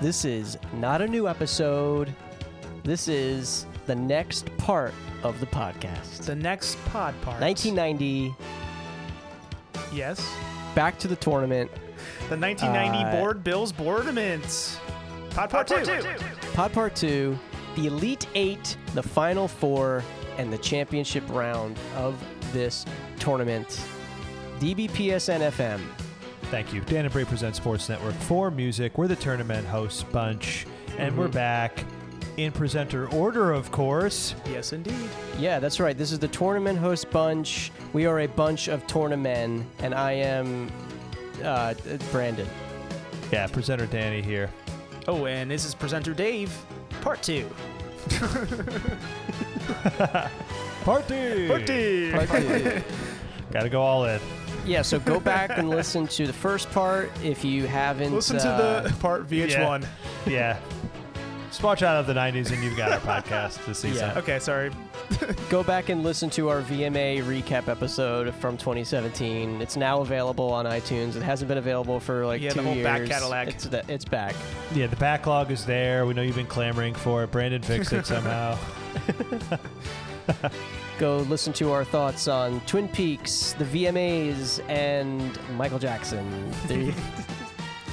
This is not a new episode. This is the next part of the podcast. The next pod part. 1990, Yes. back to the tournament. The 1990 Uh, board Bills Boardaments. Pod part, two. Pod Part 2, the Elite Eight, the Final Four, and the championship round of this tournament. DBPSN FM. Thank you. Dan and Bray present Sports Network for music. We're the tournament host bunch, and we're back in presenter order, of course. Yes, indeed. Yeah, that's right. This is the tournament host bunch. We are a bunch of tournament, and I am uh, Brandon. Yeah, presenter Danny here. Oh, and this is presenter Dave. Part two. Party! two. Part two. Gotta go all in. yeah, so go back and listen to the first part if you haven't. Listen uh, to the part VH1. Yeah. Spot shot of the 90s, and you've got our podcast this season. Yeah. Okay, sorry. Go back and listen to our VMA recap episode from 2017. It's now available on iTunes. It hasn't been available for like Yeah, two the whole years. back catalog. It's, the- it's back. Yeah, the backlog is there. We know you've been clamoring for it. Brandon fixed it somehow. Go listen to our thoughts on Twin Peaks, the VMAs, and Michael Jackson. There you-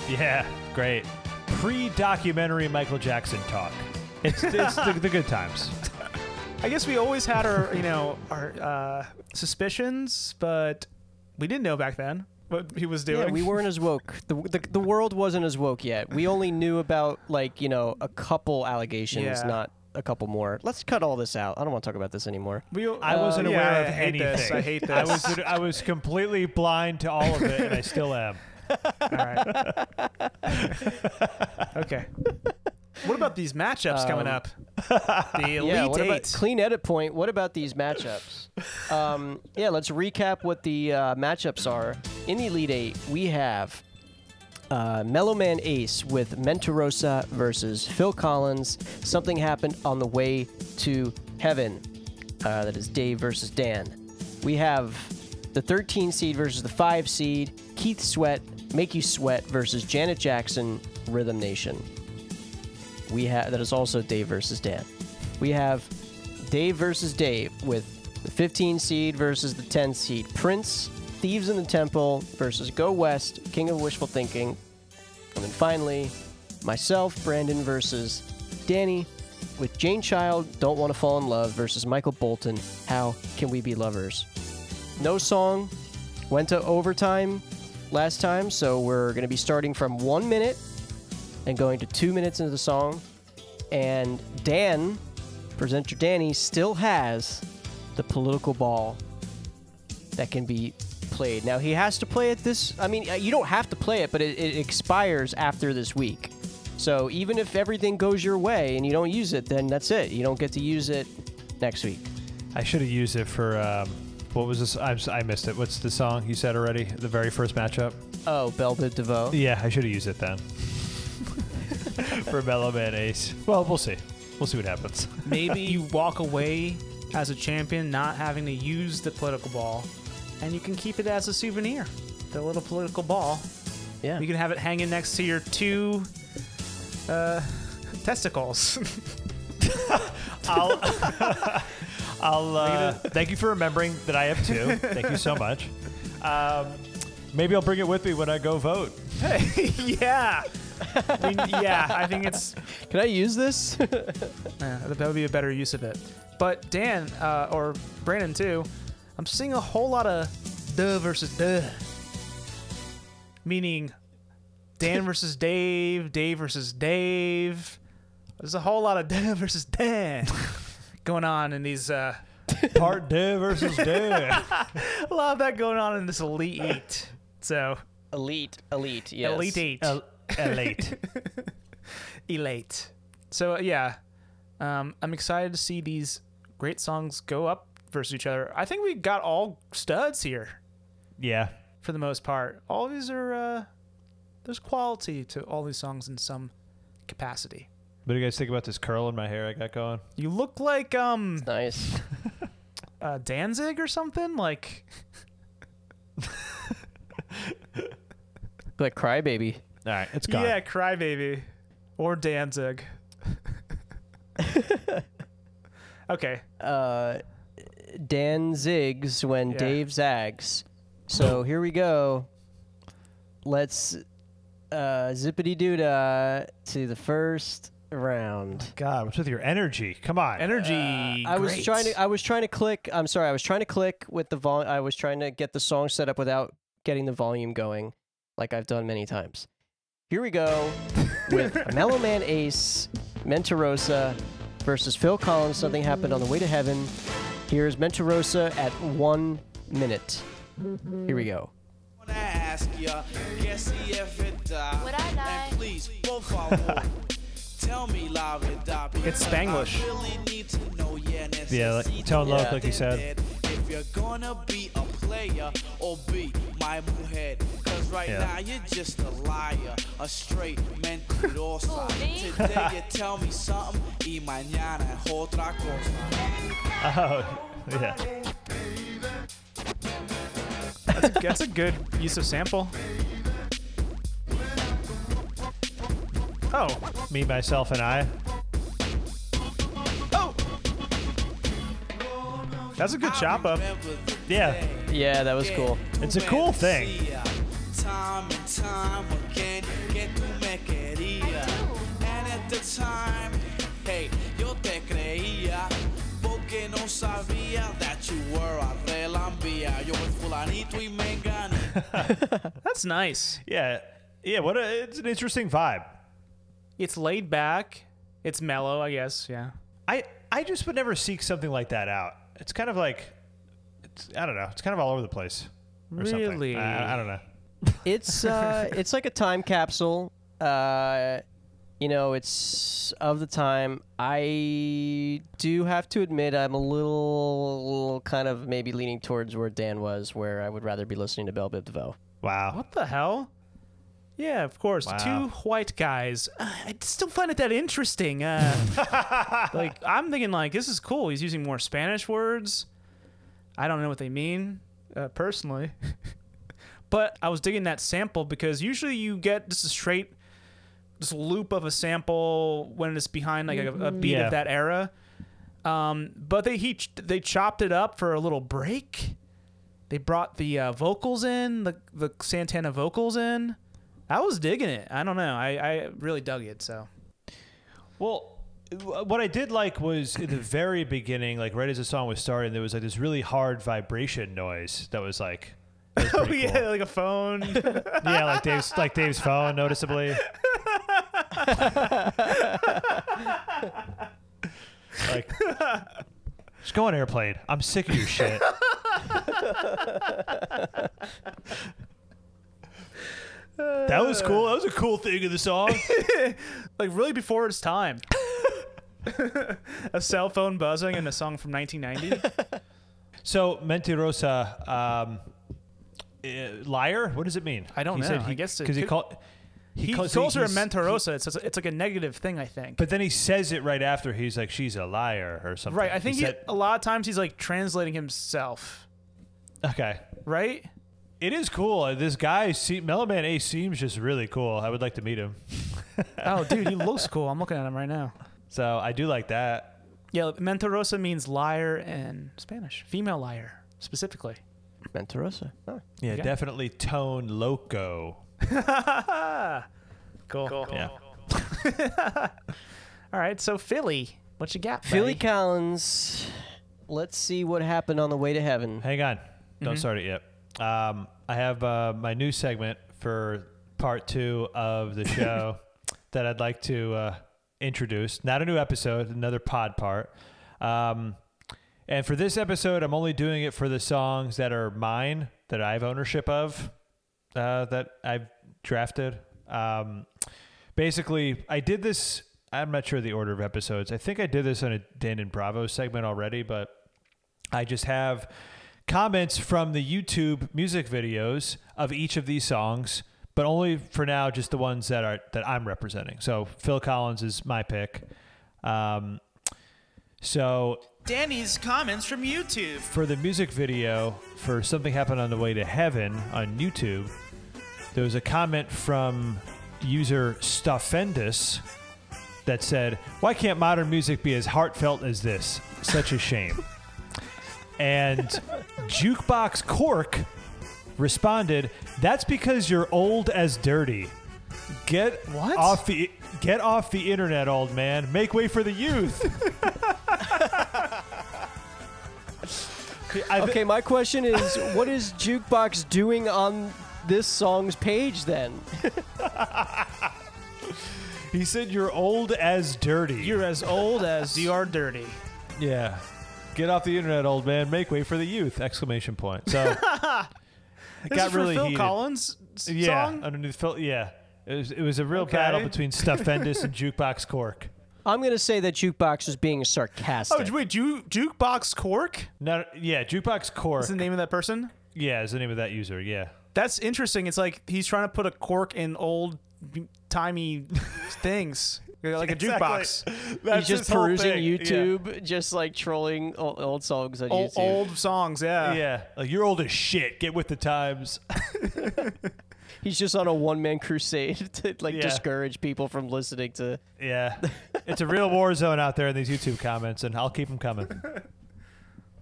yeah, great. Pre documentary Michael Jackson talk. It's, it's the, the good times. I guess we always had our, you know, our uh, suspicions, but we didn't know back then what he was doing. yeah, we weren't as woke. The, the The world wasn't as woke yet. We only knew about like you know a couple allegations, Yeah. not a couple more. Let's cut all this out. I don't want to talk about this anymore. We- I wasn't uh, aware yeah, of I hate anything. This. I hate this. I was I was completely blind to all of it, and I still am. All right. okay. What about these matchups coming Um, up? The Elite yeah, what about Eight. clean edit point? What about these matchups? um, yeah, let's recap what the uh, matchups are. In the Elite Eight, we have uh, Mellow Man Ace with Mentorosa versus Phil Collins. Something happened on the way to heaven. Uh, that is Dave versus Dan. We have the 13 seed versus the 5 seed. Keith Sweat, Make You Sweat versus Janet Jackson, Rhythm Nation. We have that is also Dave versus Dan. We have Dave versus Dave with the 15 seed versus the 10 seed Prince, Thieves in the Temple versus Go West, King of Wishful Thinking, and then finally myself, Brandon versus Danny with Jane Child, Don't Want to Fall in Love versus Michael Bolton, How Can We Be Lovers? No song went to overtime last time, so we're going to be starting from one minute and going to two minutes into the song. And Dan, presenter Danny, still has the political ball that can be played. Now, he has to play it this. I mean, uh, you don't have to play it, but it, it expires after this week. So even if everything goes your way and you don't use it, then that's it. You don't get to use it next week. I should have used it for um, what was this? I'm, si missed it. What's the song you said already? The very first matchup. Oh, Belva DeVoe. Yeah, I should have used it then for Mellow Man Ace. Well, we'll see. We'll see what happens. Maybe you walk away as a champion not having to use the political ball, and you can keep it as a souvenir. The little political ball. Yeah. You can have it hanging next to your two uh, testicles. I'll. I'll. Uh, thank you for remembering that I have two. Thank you so much. Um, maybe I'll bring it with me when I go vote. yeah. I mean, yeah, I think it's Can I use this? Yeah, that would be a better use of it. But Dan uh, or Brandon too, I'm seeing a whole lot of duh versus duh, meaning Dan versus Dave, Dave versus Dave. There's a whole lot of duh versus duh going on in these. Uh, Part D versus D. a lot of that going on in this elite eight. So elite, elite, yes. elite eight, El- elate. elate. So uh, yeah, um, I'm excited to see these great songs go up versus each other. I think we got all studs here. Yeah. for the most part. All these are uh, there's quality to all these songs in some capacity. What do you guys think about this curl in my hair I got going? You look like um Nice. uh, Danzig or something like Like Crybaby. All right, it's yeah, Crybaby. or Danzig. okay. Uh, Dan zigs when Yeah. Dave zags. So here we go. Let's uh, zippity doo dah to the first round. God, what's with your energy? Come on. Energy. Uh, I was great. trying to. I was trying to click. I'm sorry. I was trying to click with the vol. I was trying to get the song set up without getting the volume going, like I've done many times. Here we go with Mellow Man Ace, Mentorosa versus Phil Collins. Something happened on the way to heaven. Here's Mentorosa at one minute. Here we go. wanna ask ya, guess if it die. Would I lie? And please, both I would. Tell me live and die. because I Spanglish. really need to know, yeah, and it's Yeah, like, easy tone to loc, get like you said. it. If you're gonna be a player or be my head, cause right Yeah. now you're just a liar, a straight mental dorsal. Who, me? Today you tell me something, y mañana es otra cosa. Oh, yeah. That's a good use of sample. Oh, Me, myself, and I. Oh! that's a good I chop up. remember the Yeah. day. Yeah, that was cool. It's a cool thing. Time and time again, que tú me querías. And at the time, hey, yo te creía. Porque no sabía that you were a relambía. Yo el fulanito y me engañé. That's nice. Yeah. Yeah, what a, it's an interesting vibe. It's laid back. It's mellow, I guess. Yeah. I I just would never seek something like that out. It's kind of like it's I don't know. It's kind of all over the place. Or Really? Something. I, I don't know. It's uh, it's like a time capsule. Uh, you know, it's of the time. I do have to admit, I'm a little kind of maybe leaning towards where Dan was, where I would rather be listening to Belle Biv DeVoe. Wow. What the hell? Yeah, of course. Wow. Two white guys. Uh, I still find it that interesting. Uh, like I'm thinking, like this is cool. He's using more Spanish words. I don't know what they mean uh, personally, but I was digging that sample because usually you get just a straight, just loop of a sample when it's behind like a, a beat Mm-hmm. Yeah. of that era. Um, but they he ch- they chopped it up for a little break. They brought the uh, vocals in, the the Santana vocals in. I was digging it. I don't know. I, I really dug it. So Well, wh- what I did like was in the very beginning, like right as the song was starting, there was like this really hard vibration noise that was like. that was Oh, pretty cool. like a phone. yeah, like Dave's like Dave's phone noticeably. like, just go on airplane. I'm sick of your shit. that was cool. That was a cool thing in the song. like really before its time. a cell phone buzzing and a song from 1990. So Mentirosa, um, eh, liar. What does it mean? I don't he know. Said I he, guess it because he could- called. He calls- calls her a he's- mentorosa. It's it's like a negative thing. I think. But then he says it right after. He's like, "She's a liar" or something. right. I think he, said- a lot of times he's like translating himself. okay. Right. It is cool. Uh, This guy, se- Mellow Man Ace, seems just really cool. I would like to meet him. Oh, dude, he looks cool. I'm looking at him right now. So I do like that. Yeah, mentorosa means liar in Spanish. Female liar specifically. Mentorosa. Huh. Yeah, definitely tone loco. Ah, Cool. cool. Yeah. All right, so Philly, what you got? Philly buddy? Collins. Let's see what happened on the way to heaven. Hang on. Don't start it yet. Um, I have uh, my new segment for part two of the show that I'd like to uh, introduce. Not a new episode, another pod part. Um, and for this episode, I'm only doing it for the songs that are mine, that I have ownership of, uh, that I've drafted. Um, basically, I did this. I'm not sure the order of episodes. I think I did this on a Dan and Bravo segment already, but I just have comments from the YouTube music videos of each of these songs, but only for now, just the ones that are that I'm representing. So Phil Collins is my pick. Um, so Danny's comments from YouTube. for the music video for something happened on the way to heaven on YouTube, there was a comment from user Stuffendus that said, Why can't modern music be as heartfelt as this? Such a shame. and Jukebox Cork responded, That's because you're old as dirty. Get What? off the get off the internet, old man. Make way for the youth. I thi- Okay, my question is, what is Jukebox doing on this song's page then? He said you're old as dirty. You're as old as you are dirty. yeah. Get off the internet, old man. Make way for the youth! Exclamation point. So it This got is for really Phil heated. Collins s- yeah, song. underneath Phil. Yeah, it was it was a real battle between Stuffendous and Jukebox Cork. I'm gonna say that Jukebox was being sarcastic. Oh wait, Ju- jukebox cork No, yeah, Jukebox Cork. is the name of that person. yeah, is the name of that user. Yeah, That's interesting. It's like he's trying to put a cork in old timey things, like a jukebox. He's just perusing YouTube, just like trolling old, old songs on Old, YouTube. old songs, yeah. Yeah. like you're old as shit. Get with the times. He's just on a one-man crusade to like Yeah. discourage people from listening to. Yeah, it's a real war zone out there in these YouTube comments, and I'll keep them coming.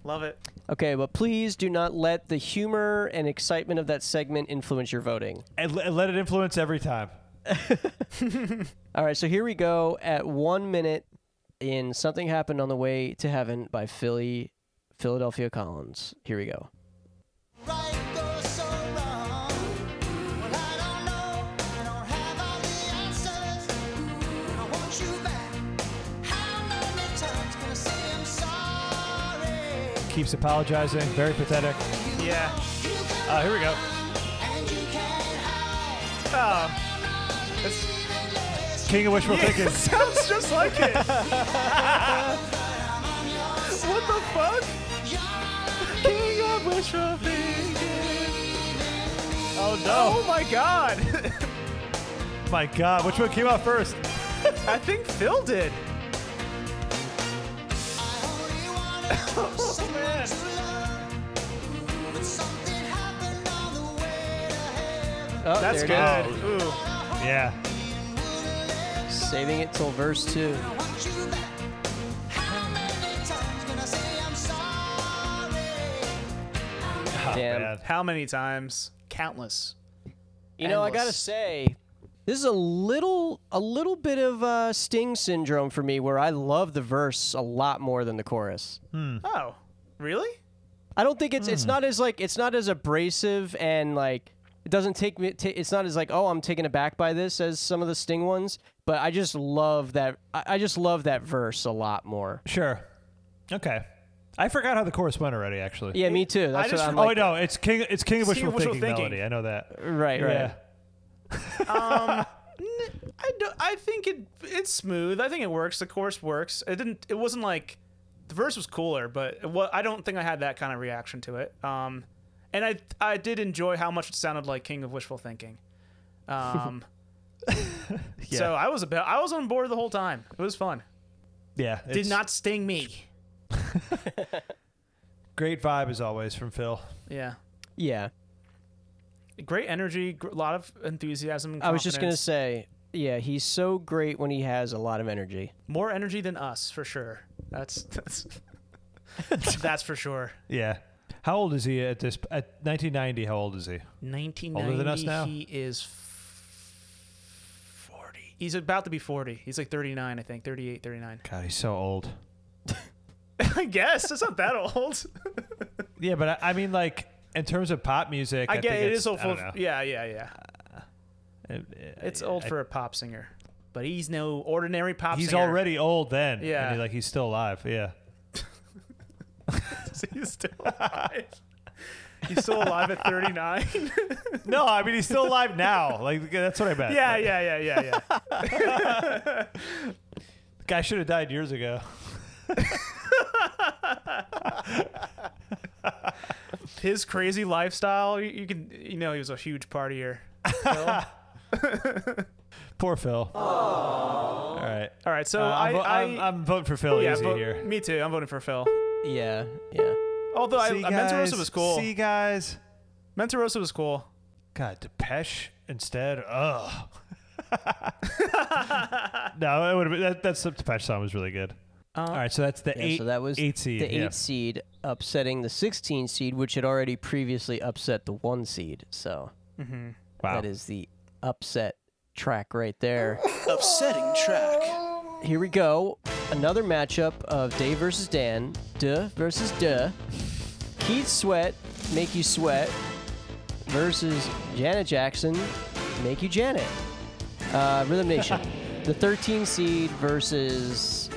Love it. Okay, but please do not let the humor and excitement of that segment influence your voting. And le- let it influence every time. All right, so here we go at one minute in "Something Happened on the Way to Heaven" by Philly, Philadelphia Collins. Here we go. Right or so wrong? Well, I don't know. I don't have all the answers. But I want you back. How many times can I say I'm sorry? Keeps apologizing. Very pathetic. Yeah. You can Uh, here we go. run and you can hide. Oh, King of Wishful it Thinking. sounds just like it. what the fuck? King of Wishful Thinking. Oh Oh my god. My God, which one came out first? I think Phil did. I only wanted someone to love. But something happened on the way to heaven. Oh, That's there it is. good. Ooh. Yeah. Saving it till verse two. I want you back. How many times can I say I'm sorry? Ah, Damn. Bad. How many times? Countless. You know, I gotta Endless. say, this is a little, a little bit of uh, Sting syndrome for me, where I love the verse a lot more than the chorus. Hmm. Oh, really? I don't think it's, Hmm. it's not as like, it's not as abrasive and like, it doesn't take me. ta it's not as like, oh, I'm taken aback by this as some of the Sting ones. But I just love that. I, I just love that verse a lot more. Sure. Okay. I forgot how the chorus went already. Actually. Yeah, me too. That's just- what I'm oh like. no, it's King. It's King of King Wishful, of Wishful Thinking, Thinking. melody. I know that. Right, right. Yeah. I, do, I think it it's smooth. I think it works. The chorus works. It didn't. It wasn't like the verse was cooler, but it wa- I don't think I had that kind of reaction to it. Um, and I I did enjoy how much it sounded like King of Wishful Thinking. Um, so I was about I was on board the whole time. It was fun. Yeah. Did it's not sting me. Great vibe as always from Phil. Yeah. Yeah. Great energy. gr- A lot of enthusiasm. and I was just gonna confidence. say, yeah, he's so great when he has a lot of energy. more energy than us for sure. That's that's that's for sure. Yeah. How old is he at this? At 1990, how old is he? 1990 than us now? he is f- 40 he's about to be 40 he's like 39 i think 38 39 God, he's so old. i guess it's not that old Yeah, but I, I mean, like in terms of pop music, I, i get think it it's, is old I don't for know. yeah yeah yeah It- it's I- old I- for a pop singer but he's no ordinary pop He's singer already old then. Yeah. And he, like he's still alive. Yeah. he's still alive he's still alive at 39 No, I mean he's still alive now. Like that's what I meant. yeah yeah Like, yeah yeah yeah Guy should have died years ago. his crazy lifestyle you, you can you know he was a huge partier Poor Phil. All right. all right so Uh, Oh, i I'm, vo- I- I'm, I'm voting for Phil yeah, easy vote- here. me too i'm voting for phil Yeah, yeah. although I, See, I guys? Mentorosa was cool See guys. Mentorosa was cool. God, Depeche instead. Ugh. no, it would have. That, that's the Depeche song was really good. All right, so that's the Uh, Yeah, eight. so that was eight seed. the eight yeah. seed upsetting the 16 seed, which had already previously upset the one seed. So Wow. that is the upset track right there. Upsetting track. Here we go. Another matchup of Dave versus Dan, Duh versus Duh. Keith Sweat, Make You Sweat versus Janet Jackson, Make You Janet. Uh, Rhythm Nation. the 13 seed versus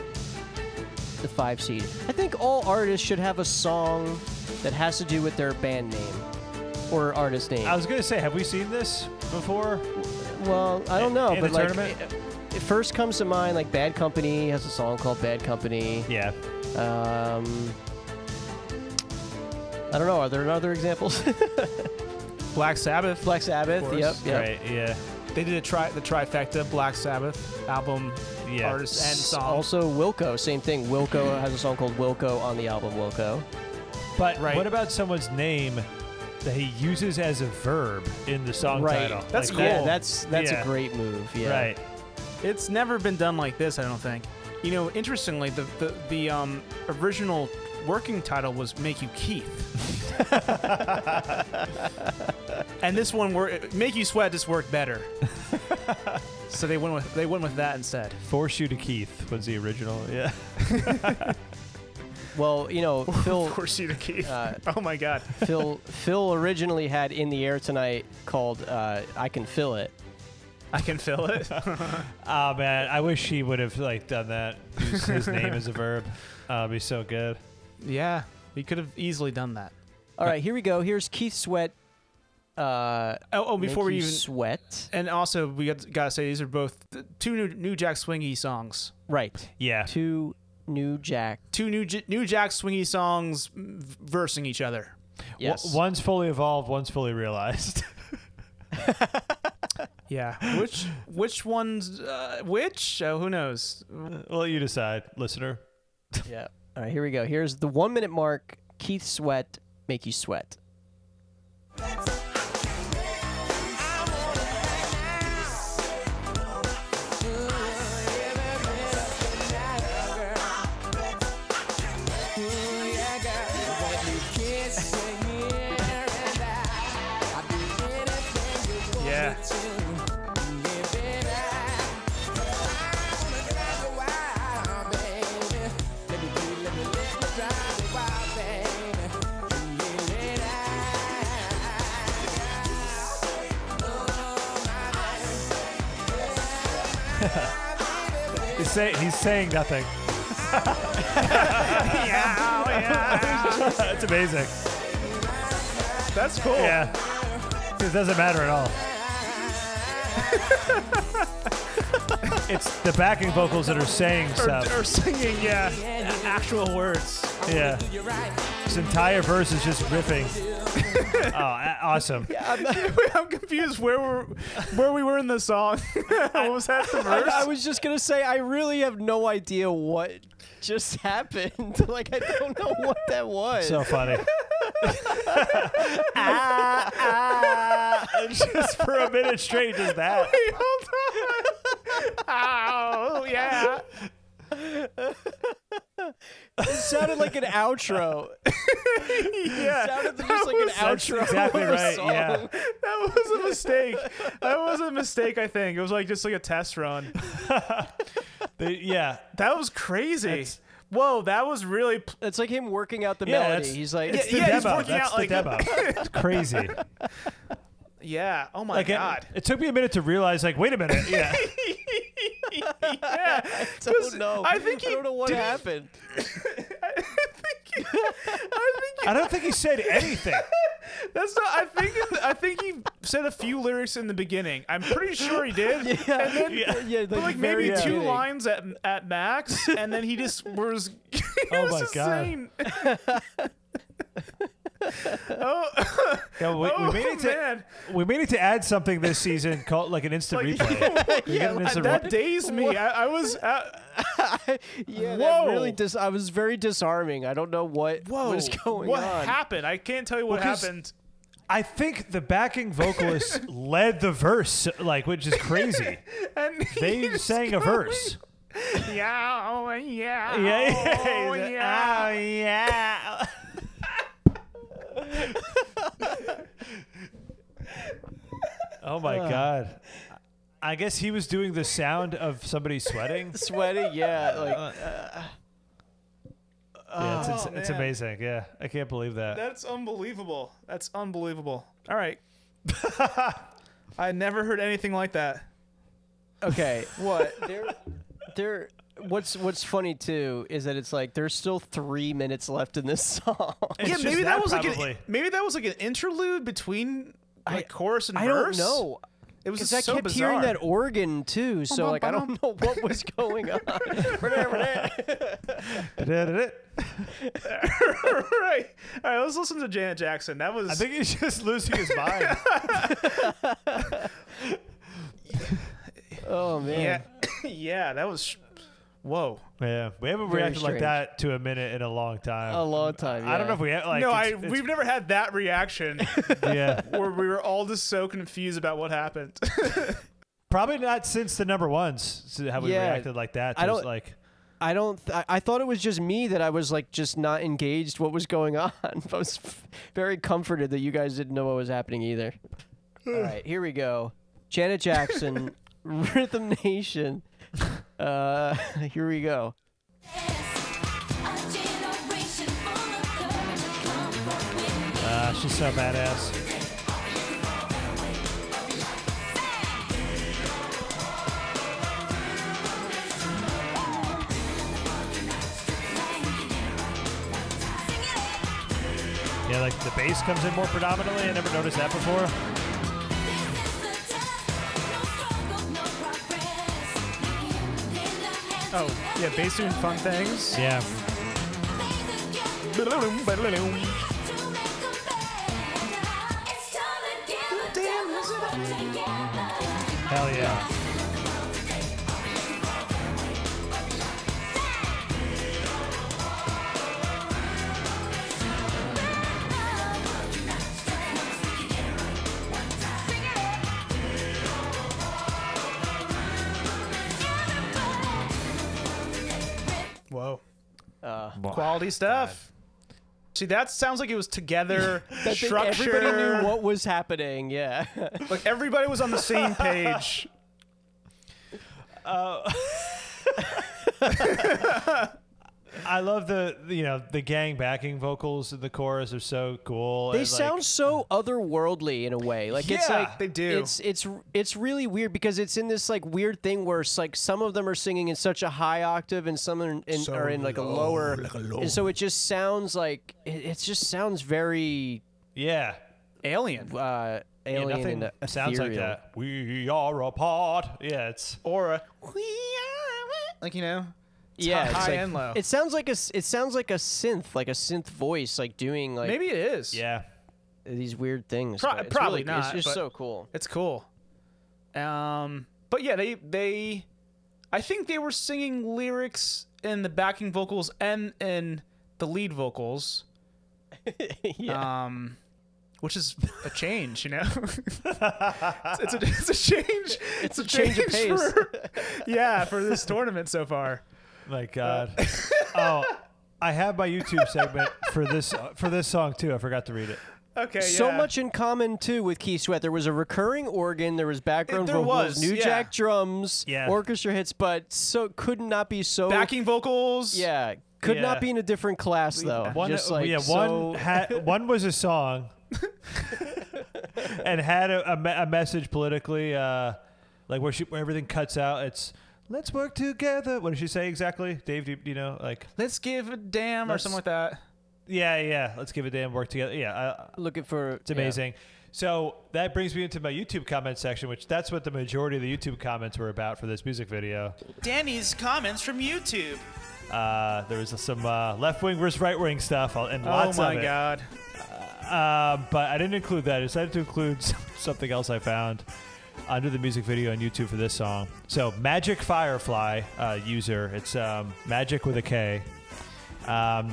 the 5 seed. I think all artists should have a song that has to do with their band name or artist name. I was gonna say, have we seen this before? Well, I don't know, in but the like tournament? it, it first comes to mind like Bad Company has a song called Bad Company. Yeah. Um, I don't know. Are there other examples? Black Sabbath. Black Sabbath. course. Yep. Yep. Right. Yeah. They did a tri- the trifecta: Black Sabbath album, Yeah. artist, and S- song. Also, Wilco. Same thing. Wilco has a song called Wilco on the album Wilco. But Right. what about someone's name that he uses as a verb in the song Right. title? That's Like cool. Yeah, that- that's that's Yeah. a great move. Yeah. Right. It's never been done like this, I don't think. You know, interestingly, the the, the um, original working title was "Make You Keith," and this one, were "Make You Sweat," just worked better. so they went with they went with that instead. Force you to Keith was the original. Yeah. Well, you know, Phil course, you to Keith. uh, oh my God! Phil Phil originally had in the air tonight called uh, I can feel it. I can feel it. Oh man, I wish he would have like done that. Use his name as a verb. Uh, it'd be so good. yeah, we could have easily done that. All right, here we go. Here's Keith Sweat. Uh, Oh, oh before Make we You even sweat, and also we got gotta say these are both th- two new New Jack Swingy songs. right? Yeah. Two new Jack. Two new J- New Jack Swingy songs mm, v- versing each other. Yes. W- one's fully evolved. One's fully realized. Yeah. Which which ones? Uh, which? Uh, who knows? well, you decide, listener. Yeah. All right, here we go. Here's the one minute mark. Keith Sweat, make you sweat. Yeah. He's, say- he's saying nothing. It's amazing. That's cool. Yeah. It doesn't matter at all. it's the backing vocals that are saying stuff. Or singing, yeah, a- actual words. Yeah. This entire verse is just riffing. oh, a- awesome. I'm confused where we're, where we were in the song. what was that the verse? I was just gonna say I really have no idea what just happened. like I don't know what that was. So funny. Ah, just for a minute straight, just that. oh yeah. it sounded like an outro. yeah. It sounded just like an That's outro. exactly of a right. song. Yeah. That was a mistake. That was a mistake. I think it was like just like a test run. They- yeah. That was crazy. Whoa, that was really. Pl- It's like him working out the Yeah, melody. that's- He's like, It's the yeah, he's demo. working That's out, the like- demo. It's crazy. yeah. Oh my Like, uh, it, god. it took me a minute to realize, like, wait a minute. Yeah. yeah. I don't know. I think he I don't know what did he- happened. I don't think he said anything. That's not. I think. it- I think he said a few lyrics in the beginning. I'm pretty sure he did. And then, yeah, like, but like very maybe two beginning. lines at at max, and then he just was. he Oh was my just God. saying- oh, Yeah, we, oh we made it to man, we made it to add something this season called like an instant Like, replay. We get an I- instant that re- dazed me. I, I was. I, Yeah, that Whoa. really dis- I was very disarming. I don't know what whoa, was going what on. happened? I can't tell you what 'cause happened. I think the backing vocalist led the verse, like, which is crazy. And They he's sang a going, verse. Yeah, oh, yeah, Yeah, oh, yeah, yeah. Oh, yeah. oh my Uh. god. I guess he was doing the sound of somebody sweating. Sweaty, yeah. Like yeah, it's, it's, it's Oh, man. amazing. Yeah, I can't believe that. That's unbelievable. That's unbelievable. All right. I never heard anything like that. Okay, what? There, there. What's What's funny too is that it's like there's still three minutes left in this song. It's just yeah, maybe that, was probably. like an, maybe that was like an interlude between like chorus and I don't verse. know. It was Because just I so kept bizarre. hearing that organ too, so like I don't know what was going on. right. All right, let's listen to Janet Jackson. That was I think he's just losing his mind. oh man. yeah. yeah, that was whoa. yeah, we haven't reacted like strange. that to a minute in a long time. A long time. I don't yeah. know if we have. Like, no, I it's- it's- we've never had that reaction yeah, where we were all just so confused about what happened. probably not since the number ones have we Yeah. reacted like that. To I don't- like. I don't. Th- I- I thought it was just me that I was like just not engaged. What was going on? I was f- very comforted that you guys didn't know what was happening either. All right, here we go. Janet Jackson, Rhythm Nation. Uh, here we go. Ah, she's so badass. Yeah, like the bass comes in more predominantly. I never noticed that before. oh, yeah, bass doing fun things. Yeah. Hell yeah. Whoa. Quality stuff. See, that sounds like it was together, That they- structure. Everybody knew what was happening. Yeah. Like everybody was on the same page. I love the the, you know the gang backing vocals in the chorus are so cool. They and, like- sound so otherworldly in a way. Like it's Yeah, like they do. It's it's it's really weird because it's in this like weird thing where it's like some of them are singing in such a high octave and some are in, in- are in like a lower, and so it just sounds like it, it just sounds very yeah. Alien. uh, Yeah, alien nothing and ethereal. sounds like that. We are apart. Yeah, it's Or a we are like you know. Yeah, high- it's high like- and low. It sounds like a s- it sounds like a synth, like a synth voice, like doing like Maybe it is. yeah. these weird things. Pro- but it's probably really- It's not, just but- so cool. It's cool. Um but yeah, they they I think they were singing lyrics in the backing vocals and in the lead vocals. yeah. Um which is a change, you know. it's, it's a it's a change. It's, a change of pace. for yeah for this tournament so far. My God. oh, I have my YouTube segment for this for this song too. I forgot to read it. Okay, so yeah. much in common too with Key Sweat. There was a recurring organ, there was background There vocals, was, new yeah. jack drums, Yeah. orchestra hits, but so could not be so backing vocals. Yeah, could Yeah. not be in a different class though. One, uh, Just like yeah, so- one had one was a song, and had a, a, me- a message politically, uh, like where she where everything cuts out. It's let's work together. What did she say exactly, Dave? Do you, do you know? Like, Let's give a damn or Let's- something like that. yeah, yeah, let's give a damn work together. Yeah, I, looking for It's amazing. So that brings me into my YouTube comment section, which that's what the majority of the YouTube comments were about for this music video. Danny's comments from YouTube. Uh, there was some uh, left wing versus right wing stuff, uh, and lots oh my of it. god. Um, but I didn't include that. I decided to include something else I found under the music video on YouTube for this song. So Magic Firefly uh, user, it's um, Magic with a K. Um,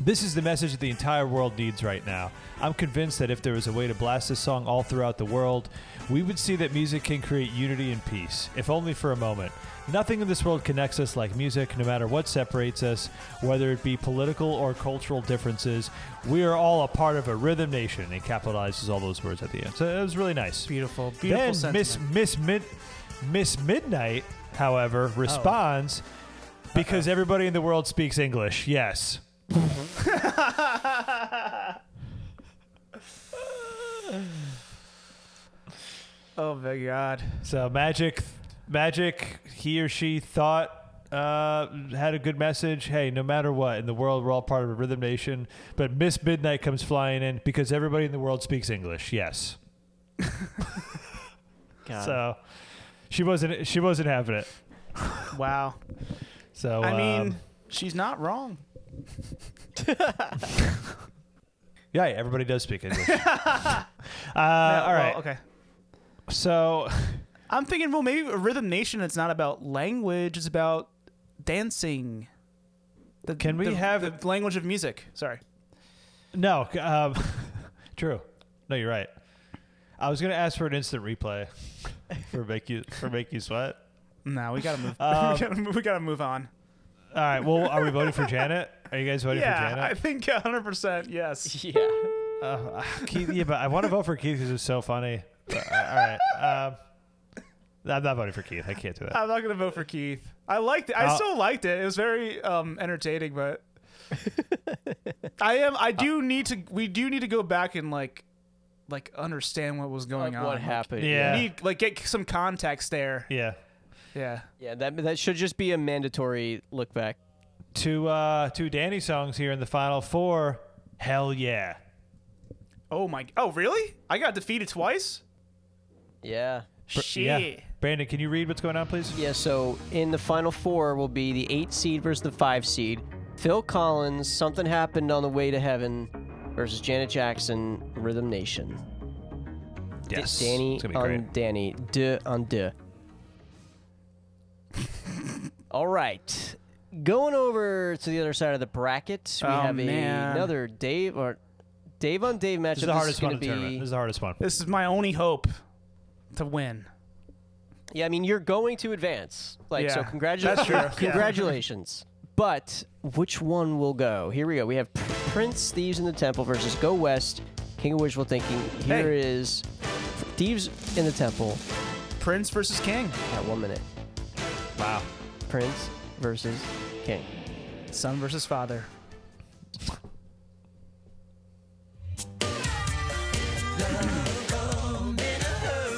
This is the message that the entire world needs right now. I'm convinced that if there was a way to blast this song all throughout the world, we would see that music can create unity and peace, if only for a moment. Nothing in this world connects us like music, no matter what separates us, whether it be political or cultural differences. We are all a part of a rhythm nation. It capitalizes all those words at the end. So it was really nice. Beautiful, beautiful then Miss sentiment. Miss Mid Miss Midnight, however, Oh. responds because everybody in the world speaks English. Yes. Oh my God. So magic, magic. He or she thought uh, had a good message. Hey, no matter what in the world, we're all part of a rhythm nation. But Miss Midnight comes flying in because everybody in the world speaks English. Yes. God. So she wasn't. She wasn't having it. Wow. So I mean, um, she's not wrong. yeah, everybody does speak English. uh, all right. Well, okay. So I'm thinking, well, maybe a rhythm nation. It's not about language. It's about dancing. The, Can we the- have- the language of music? Sorry. no, um, true. No, you're right. I was gonna ask for an instant replay for make you for make you sweat. No, we gotta move. Um, we, gotta, move- we gotta move on. All right. Well, are we voting for Janet? Are you guys voting for Yeah, Janet? I think 100. percent Yes. Yeah. Uh, Keith, yeah, but I want to vote for Keith because it's so funny. But, uh, all right. Um, I'm not voting for Keith. I can't do that. I'm not gonna vote for Keith. I liked it. I I'll- still liked it. It was very um, entertaining, but I am. I do need to. We do need to go back and like, like understand what was going Like on. what Like, happened? Yeah. Need like get some context there. Yeah. Yeah. Yeah. That that should just be a mandatory look back. Two uh, two Danny songs here in the final four. Hell yeah. Oh my. Oh really? I got defeated twice. Yeah. Br- Yeah. Brandon, can you read what's going on, please? Yeah, so in the final four will be the eight seed versus the five seed. Phil Collins, Something Happened on the Way to Heaven versus Janet Jackson, Rhythm Nation. D- Yes. Danny um, It's gonna be on great. Danny. De on de. All right. Going over to the other side of the bracket, we Oh, have man. another Dave or Dave on Dave matchup. This is the hardest one gonna of the tournament. be- This is the hardest one. This is my only hope to win. Yeah, I mean, you're going to advance. Like, so Yeah, congratulations. that's true. Yeah. congratulations. But which one will go? Here we go. We have Prince, Thieves in the Temple versus Go West, King of Wishful Thinking. Here Hey. is Thieves in the Temple Prince versus King. at one minute. Wow. Prince versus King. Son versus father.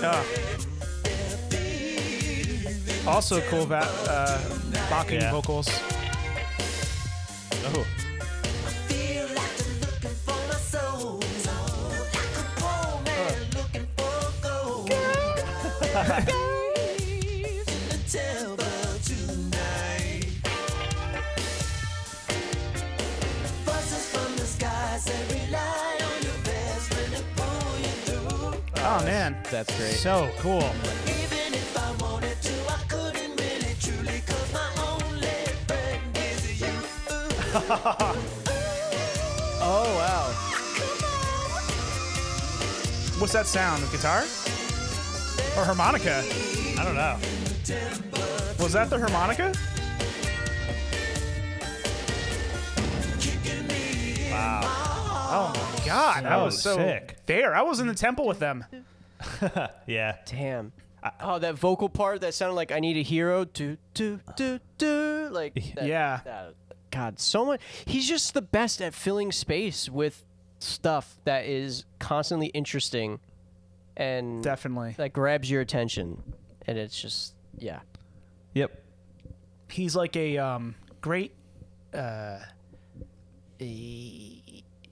Ah. Also cool va- uh, backing Yeah. vocals. Oh. Oh man, That's great. So cool. Oh, wow. what's that sound? A guitar or harmonica? I don't know. Was that the harmonica? Wow! Oh my God, that That was was so sick. There, I was in the temple with them. Yeah. Damn. oh, that vocal part that sounded like I Need a Hero. Do, do, do, do. Like, that, Yeah. that- God, so much. He's just the best at filling space with stuff that is constantly interesting and Definitely. that grabs your attention. And it's just, yeah. Yep. he's like a um, great uh, a,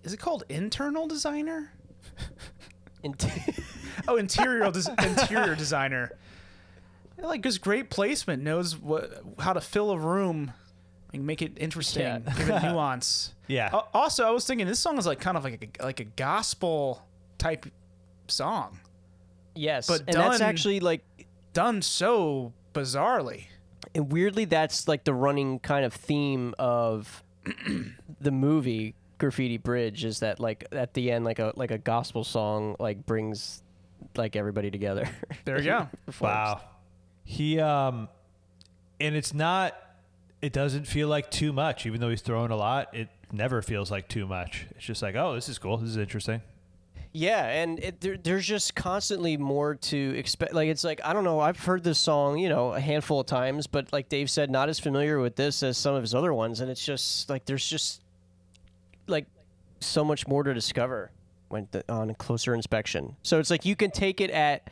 is it called internal designer And oh interior des- interior designer like just great placement knows what how to fill a room and make it interesting give it nuance Yeah. Al- also i was thinking this song is like kind of like a, like a gospel type song yes. But and that's done- actually like, done so bizarrely and weirdly, that's like the running kind of theme of the movie Graffiti Bridge is that like at the end like a like a gospel song like brings like everybody together. There you go. Performs. Wow. He um and it's not it doesn't feel like too much, even though he's throwing a lot, it never feels like too much. It's just like, oh, this is cool, this is interesting. Yeah, and it, there, there's just constantly more to expect. Like it's like I don't know. I've heard this song, you know, a handful of times, but like Dave said, not as familiar with this as some of his other ones. And it's just like there's just like so much more to discover when the, on a closer inspection. So it's like you can take it at,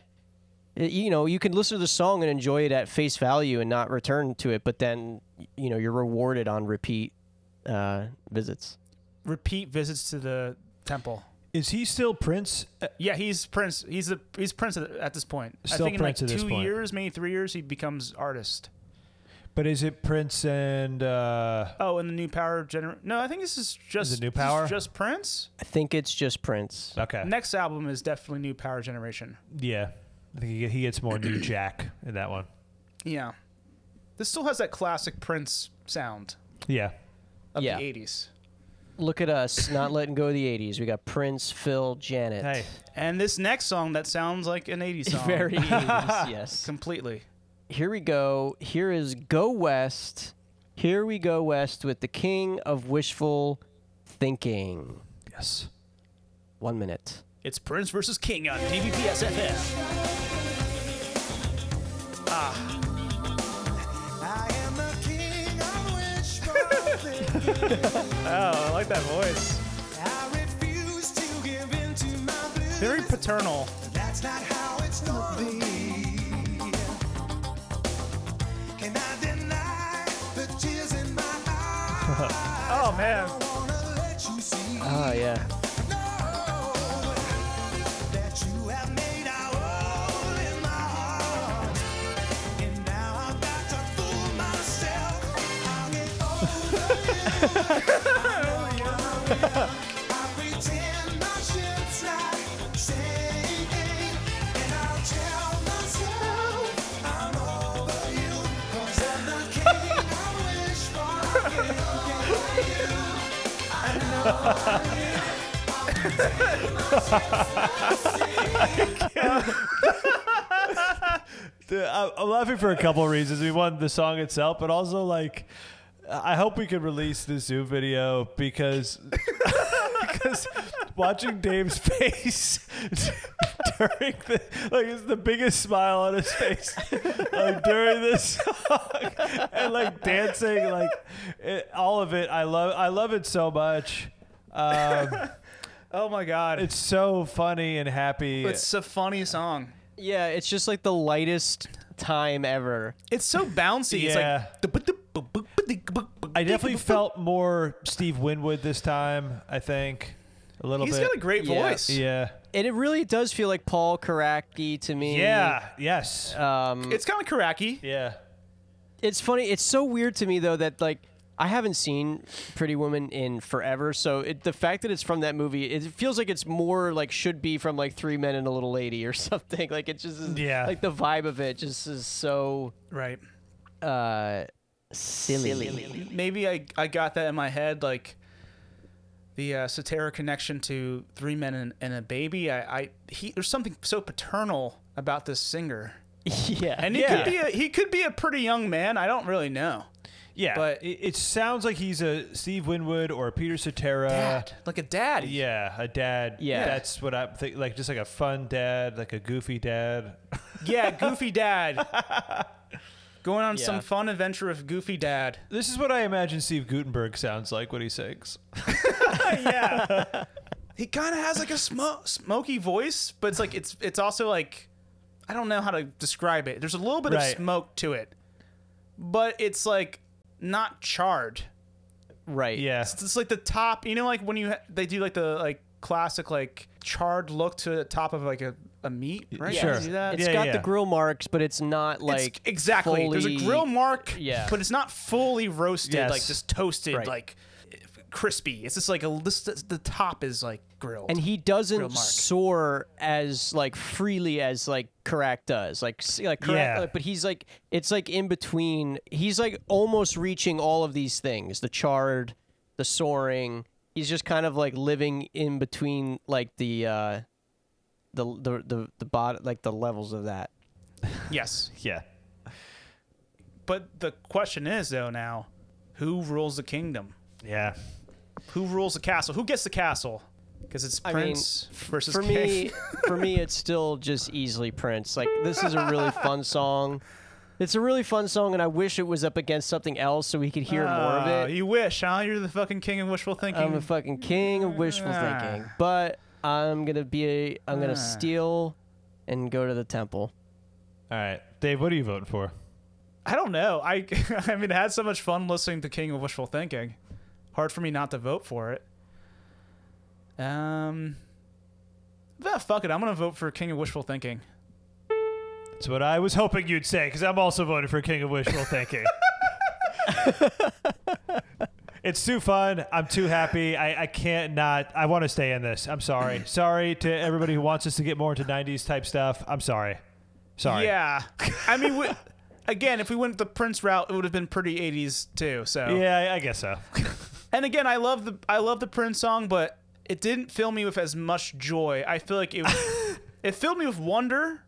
y- you know, you can listen to the song and enjoy it at face value and not return to it, but then y- you know you're rewarded on repeat uh, visits. Repeat visits to the temple. Is he still Prince? Uh, Yeah, he's prince. He's the he's prince at, at this point. Still I think prince in at like this two point. years, maybe three years, he becomes artist. But is it Prince and uh Oh, and the new power gener. No, I think this is just New this is Power? just Prince. I think it's just Prince. Okay. Next album is definitely new power generation. Yeah. I think he- he gets more new Jack in that one. Yeah, this still has that classic Prince sound Yeah. of Yeah. the '80s. Look at us, not letting go of the 80s. We got Prince, Phil, Janet. Hey. And this next song that sounds like an '80s song, Very 80s, yes. completely. Here we go. Here is Go West. Here we go west with the king of wishful thinking. Yes. One minute. It's Prince versus King on DVPS FM. I am the king of wishful thinking. Oh, I like that voice. I refuse to give in to my blues. Very paternal. That's not how it's gonna be. Can I deny the tears in my eyes? Oh man. I wanna let you see. Oh, yeah. know that you have made a hole in my heart. And now I've got to fool myself. I'll get over you. I pretend my ship's not sinking. And I'll tell myself I'm over you. 'Cause I'm the king I wish for. you. I know I am. Dude, I- I'm laughing for a couple reasons. We won the song itself, but also like, I hope we could release the zoo video because because watching Dave's face during the like it's the biggest smile on his face like during this song and like dancing like it, all of it. I love I love it so much. Um, Oh my God. it's so funny and happy. It's a funny song. Yeah, it's just like the lightest time ever. It's so bouncy. Yeah. It's like I definitely felt more Steve Winwood this time. I think a little He's bit. got a great Yeah. voice. yeah. And it really does feel like Paul Karaki to me. Yeah. Yes. Uh, Um, It's kind of Karaki. yeah. it's funny. It's so weird to me though that like I haven't seen Pretty Woman in forever, so it, the fact that it's from that movie, it feels like it's more like should be from like Three Men and a Little Lady or something. Like it just is, Yeah. Like the vibe of it just is so Right. uh, silly. Maybe I, I got that in my head, like the uh, Satara connection to Three Men and, and a Baby. I, I he there's something so paternal about this singer, yeah. and he could be a, he could be a pretty young man. I don't really know. Yeah. But- But it, it sounds like he's a Steve Winwood or a Peter Cetera. Dad, like a dad. Yeah, a dad. Yeah. That's what I'm thinking. Like, just like a fun dad, like a goofy dad. yeah, goofy dad. Going on Yeah. some fun adventure with Goofy Dad. This is what I imagine Steve Gutenberg sounds like when he sings. he kind of has like a smo- smoky voice, but it's like it's it's also like I don't know how to describe it. There's a little bit Right. of smoke to it, but it's like not charred. right. Yeah. It's, it's like the top, you know, like when you ha- they do like the like classic like charred look to the top of like a, a meat, right? Sure. You see that? It's Yeah, got yeah. the grill marks, but it's not It's- like exactly. There's a fully- grill mark, yeah. but it's not fully roasted, Yes. like just toasted, Right. like crispy. It's just like a this, this- the top is like grilled. and he Real doesn't mark. soar as like freely as like Karak does. Like s- like Karak, Yeah. like, but he's like it's like in between. He's like almost reaching all of these things: the charred, the soaring. He's just kind of like living in between like the uh the the the, the bot like the levels of that. Yes. Yeah. But the question is though now, who rules the kingdom? Yeah. Who rules the castle? Who gets the castle? Because it's I mean, prince versus for king. me for me it's still just easily prince like this is a really fun song it's a really fun song and i wish it was up against something else so we could hear more Uh, of it You wish, huh? You're the fucking king of wishful thinking. i'm a fucking king of wishful Ah. thinking but i'm gonna be a i'm gonna steal and go to the temple All right, Dave. What are you voting for? I don't know. I I mean, I had so much fun listening to King of Wishful Thinking. Hard for me not to vote for it. Um, ah, fuck it. I'm gonna vote for King of Wishful Thinking. That's what I was hoping you'd say, because I'm also voting for King of Wishful Thinking. it's too fun. I'm too happy. I, I can't not. I want to stay in this. I'm sorry. sorry to everybody who wants us to get more into 90s type stuff. I'm sorry. Sorry. Yeah. I mean, we, again, if we went the Prince route, it would have been pretty 80s too. So. Yeah, I- I guess so. And again, I love the I love the Prince song, but it didn't fill me with as much joy. I feel like it it filled me with wonder,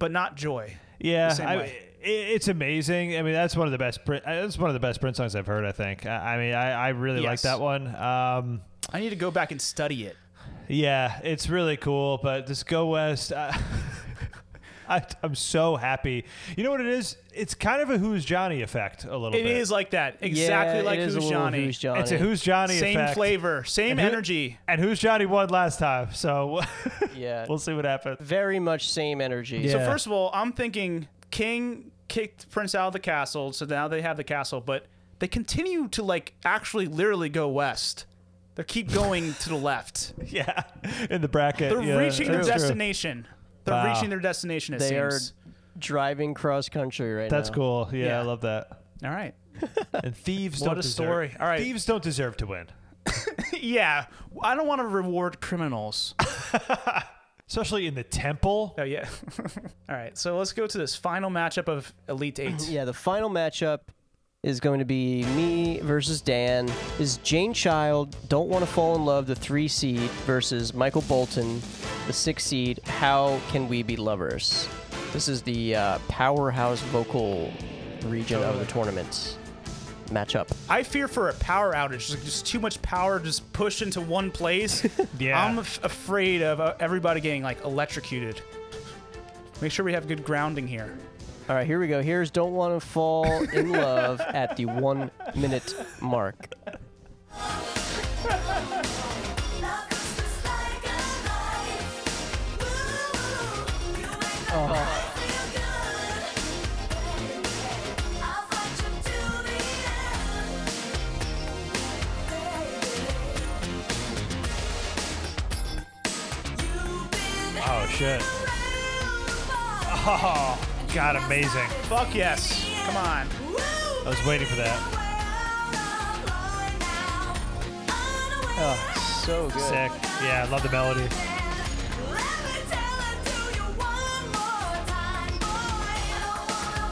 but not joy. Yeah, same I, way. i- it's amazing. I mean, that's one of the best. Prin- uh, That's one of the best Prince songs I've heard. I think. I, I mean, I, I really like Yes. that one. Um, I need to go back and study it. yeah, it's really cool. But this Go West, uh, I, I'm so happy. You know what it is? It's kind of a Who's Johnny effect a little It bit. is like that, exactly Yeah, like it is Who's a little Johnny. who's johnny It's a Who's Johnny Same effect. flavor, same who- energy. And Who's Johnny won last time, so yeah we'll see what happens. very much same energy Yeah. So first of all, I'm thinking King kicked Prince out of the castle, so now they have the castle, but they continue to like actually literally go west. They keep going to the left. Yeah, in the bracket. They're yeah, reaching their that's true. destination. They're Wow. reaching their destination. It They are- seems. driving cross country right That's now cool. Yeah, Yeah. I love that. All right. And thieves What don't a deserve- story. All right. Thieves don't deserve to win. yeah, I don't want to reward criminals. especially in the temple. Oh yeah. All right. So let's go to this final matchup of Elite Eight. Yeah, the final matchup is going to be me versus Dan. Is Jane Child Don't Want to Fall in Love the 3 seed versus Michael Bolton the 6 seed How Can We Be Lovers? This is the uh, powerhouse vocal region of the tournament matchup. I fear for a power outage, like just too much power just pushed into one place. Yeah. I'm af- afraid of uh, everybody getting like electrocuted. Make sure we have good grounding here. All right, here we go. Here's Don't Want to Fall in Love at the 1 minute mark. Love is just like a light. Ooh, you make my heart feel good. I'll fight you till the end, baby. You've been Oh shit! around for Oh god, amazing! Fuck yes. Come on. I was waiting for that. So good. Sick. Yeah, I love the melody.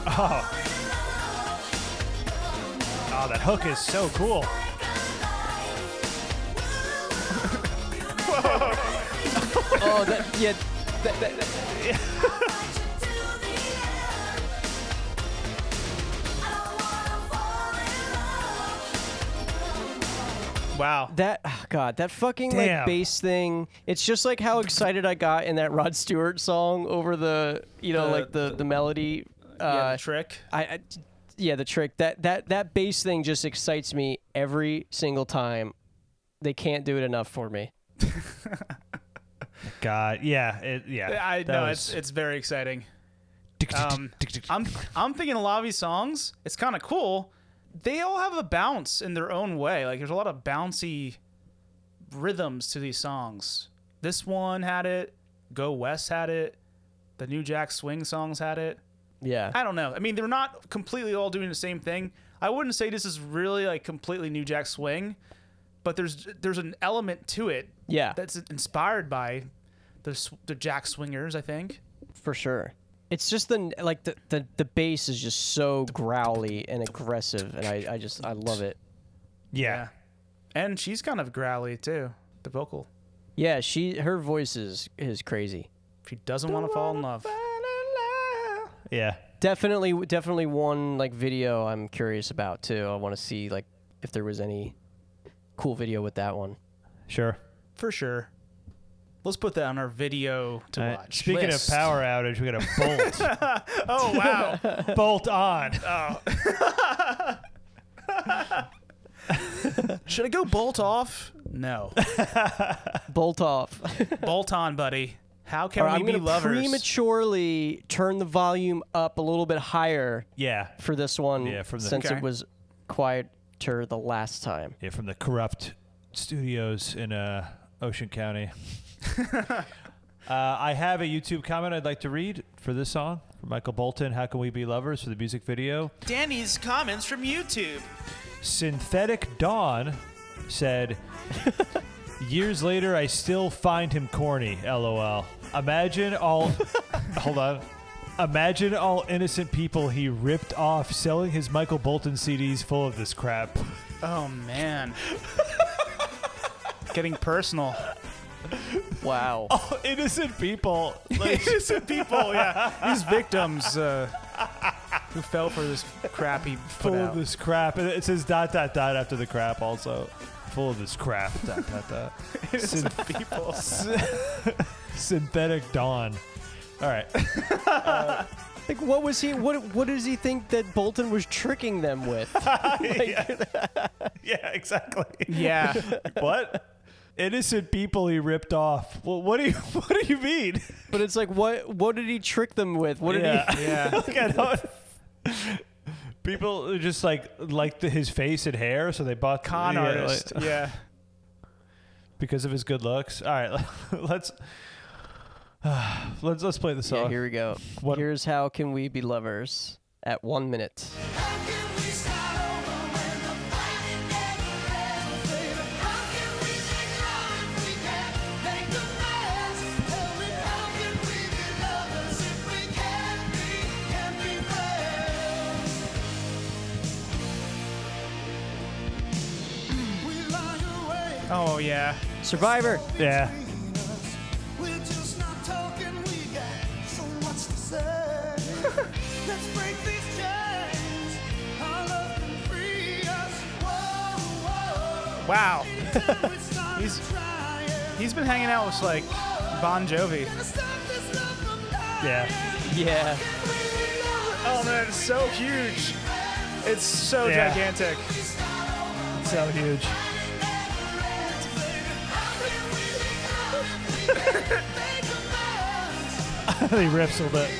Oh, oh, that hook is so cool. Oh, that, yeah, that, that, Wow. That ah, God, that fucking Damn. like bass thing. It's just like how excited I got in that Rod Stewart song over the you know The- like the the melody. Uh, yeah, the trick. I, I- yeah, the trick that that that bass thing just excites me every single time. They can't do it enough for me. God, yeah, it, yeah. I that know was- it's it's very exciting. Um, I'm I'm thinking a lot of these songs. It's kind of cool. They all have a bounce in their own way. Like there's a lot of bouncy rhythms to these songs. This one had it. Go West had it. The New Jack Swing songs had it. Yeah, I don't know. I mean, they're not completely all doing the same thing. I wouldn't say this is really like completely New Jack Swing, but there's there's an element to it yeah, that's inspired by the s- the Jack Swingers, I think. for sure. It's just the like the, the the bass is just so growly and aggressive, and I I just I love it. yeah. And she's kind of growly too, the vocal. Yeah, she her voice is is crazy. She doesn't want to fall in love. Yeah. Definitely, definitely one like video I'm curious about too. I want to see like if there was any cool video with that one. Sure. For sure. Let's put that on our video to All right. watch. Uh, Speaking list. of power outage, we got a Oh wow. bolt. bolt on. Should I go bolt off? No. Bolt off. bolt on, buddy. How can Or I'm we be gonna lovers? prematurely turn the volume up a little bit higher Yeah. for this one. Yeah, from the- since Okay. it was quieter the last time. Yeah, from the corrupt studios in uh, Ocean County. uh, I have a YouTube comment I'd like to read for this song from Michael Bolton. How can we be lovers for the music video? Danny's comments from YouTube. Synthetic Dawn said, Years later, I still find him corny, lol. Imagine all. hold on. Imagine all innocent people he ripped off selling his Michael Bolton CDs full of this crap. oh man. Getting personal. Wow. innocent people. Like, Innocent people, yeah. These victims uh, who fell for this crap he put full of out. this crap. And it says dot, dot, dot after the crap also. Full of this crap. Dot, dot, dot. Synth- people. synthetic Dawn. All right. Like, what was he? What What does he think that Bolton was tricking them with? Yeah, exactly. Yeah. what? Innocent people he ripped off. Well, what do you what do you mean? but it's like, what What did he trick them with? What did he? Yeah. Yeah. Like, I don't- people are just like liked his face and hair, so they bought Con yeah, like- artist. Yeah. because of his good looks. All right, let's let's let's play the song. Yeah, here we go. What- Here's how can we be lovers at one minute. How can we start over when the fighting never ends? How can we take on if we can't make the best? Tell me, how can we be lovers if we can't be, can't be friends? We lie awake Oh yeah. Survivor. yeah, between us. We're just not talking. We got so much to say. Let's break these chains. Our love can free us. Whoa, whoa. Wow. Till we start He's- trying. He's been hanging out with like Bon Jovi. Gotta stop this love from dying. yeah. Yeah. Oh man, it's so huge. It's so Yeah. gigantic. So huge. he rips a little bit.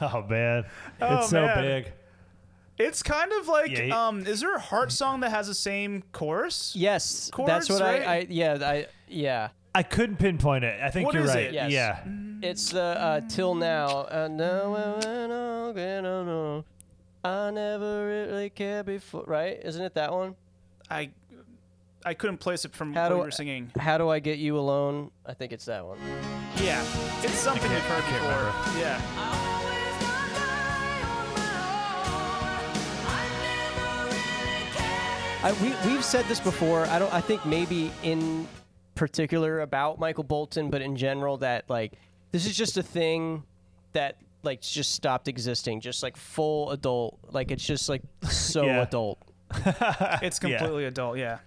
oh man, it's so man. big. It's kind of like Yeah, he- um is there a heart song that has the same chorus? Yes. Chords, that's what right? I, I. Yeah. I. Yeah. I couldn't pinpoint it. I think What you're is right. it? Yes. Yeah. It's the uh, till now. I know I know, I know. I never really cared before. Right? Isn't it that one? I I couldn't place it from How what do you I- were singing. How do I get you alone? I think it's that one. Yeah. It's something you've heard can't before. Yeah. I, we, we've said this before. I don't. I think maybe in particular about Michael Bolton, but in general that like this is just a thing that like just stopped existing. Just like full adult. Like it's just like so Yeah. adult. It's completely adult, yeah.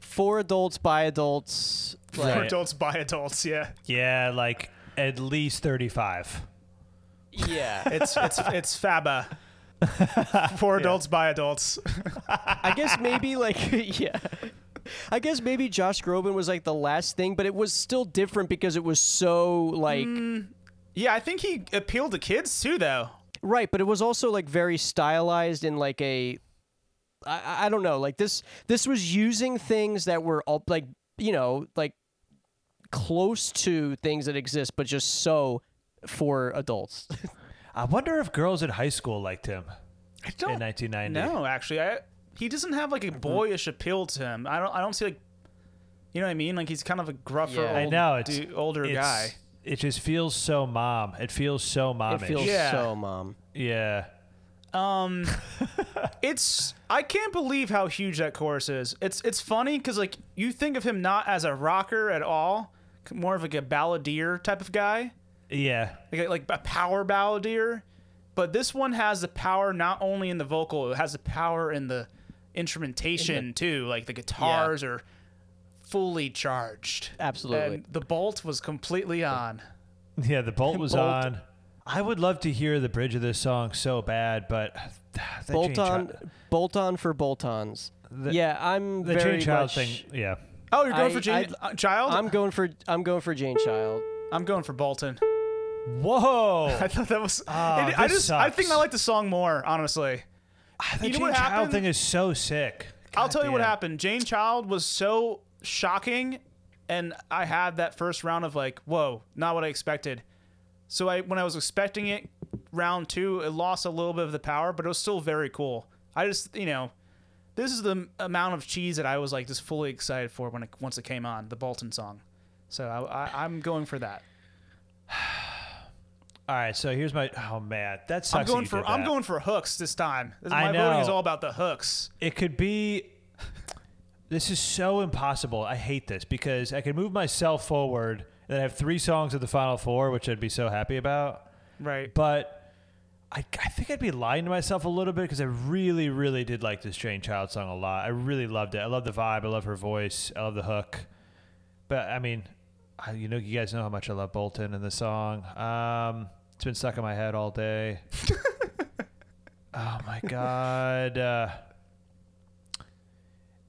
For adults by adults. Like, Right. Adults by adults, yeah. Yeah, like at least 35. Yeah. It's it's it's Faba. For adults by adults. I guess maybe like yeah. I guess maybe Josh Groban was like the last thing, but it was still different because it was so like Yeah, I think he appealed to kids too though. Right, but it was also like very stylized in like a I- I, I don't know, like this this was using things that were all like you know, like close to things that exist but just so for adults. I wonder if girls in high school liked him I don't in 1990. No, actually, I he doesn't have like a boyish appeal to him. I don't. I don't see like, you know what I mean? Like he's kind of a gruffer. Yeah. old, I know, it's- du- older It's- guy. It just feels so mom. It feels so it mommy. feels Yeah. so mom. yeah. It's I can't believe how huge that chorus is. It's it's funny because like you think of him not as a rocker at all, more of like a balladeer type of guy, Yeah. like like a power balladeer. But this one has the power not only in the vocal, it has the power in the instrumentation too. Like the guitars are fully charged. Absolutely. And the bolt was completely on. Yeah, the bolt was Bolt. on. I would love to hear the bridge of this song so bad, but that Gene bolt Chi- on, bolt on for bolt ons. yeah, I'm the very Gene Child much- thing. Yeah, Oh, you're going I- for Jane, I- uh, Child? I'm going for I'm going for Jane Child. I'm going for Bolton. Whoa! I thought that was. Ah, it- I this just. I sucks. think I like the song more, honestly. the you know Gene what Child happened? thing is so sick. I'll tell you what Goddamn. happened. Jane Child was so shocking, and I had that first round of like, whoa, not what I expected. So I, when I was expecting it, round two, it lost a little bit of the power, but it was still very cool. I just, you know, this is the m- amount of cheese that I was like just fully excited for when it once it came on the Bolton song. So I, I, I'm going for that. All right, so here's my. Oh man, that sucks. I'm that going you for did I'm that. going for hooks this time. This, my I voting is know. all about the hooks. It could be. This is so impossible. I hate this because I can move myself forward and I have three songs of the final four, which I'd be so happy about. Right. But I, I think I'd be lying to myself a little bit because I really, really did like this Jane Child song a lot. I really loved it. I love the vibe. I love her voice. I love the hook. But I mean, I, you know, you guys know how much I love Bolton and the song. Um, it's been stuck in my head all day. oh my god. Uh,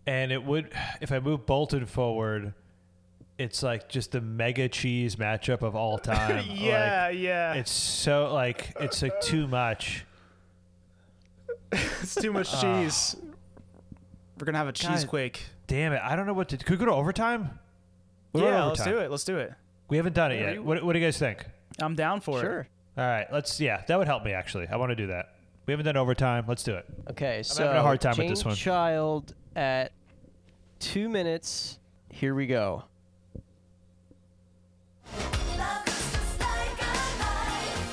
and it would if I move Bolton forward. It's like just the mega cheese matchup of all time. yeah, Like, yeah. it's so like it's like too much. It's too much cheese. We're gonna have a cheese quake. Damn it! I don't know what to. Could we go to overtime? We're on yeah, let's overtime. do it. Let's do it. We haven't done it yet. What, what do you guys think? I'm down for it. Sure. All right, let's. Yeah, that would help me actually. I want to do that. We haven't done overtime. Let's do it. Okay, so having a hard time with Jane this one. Child at two minutes. Here we go. Love is just like a light.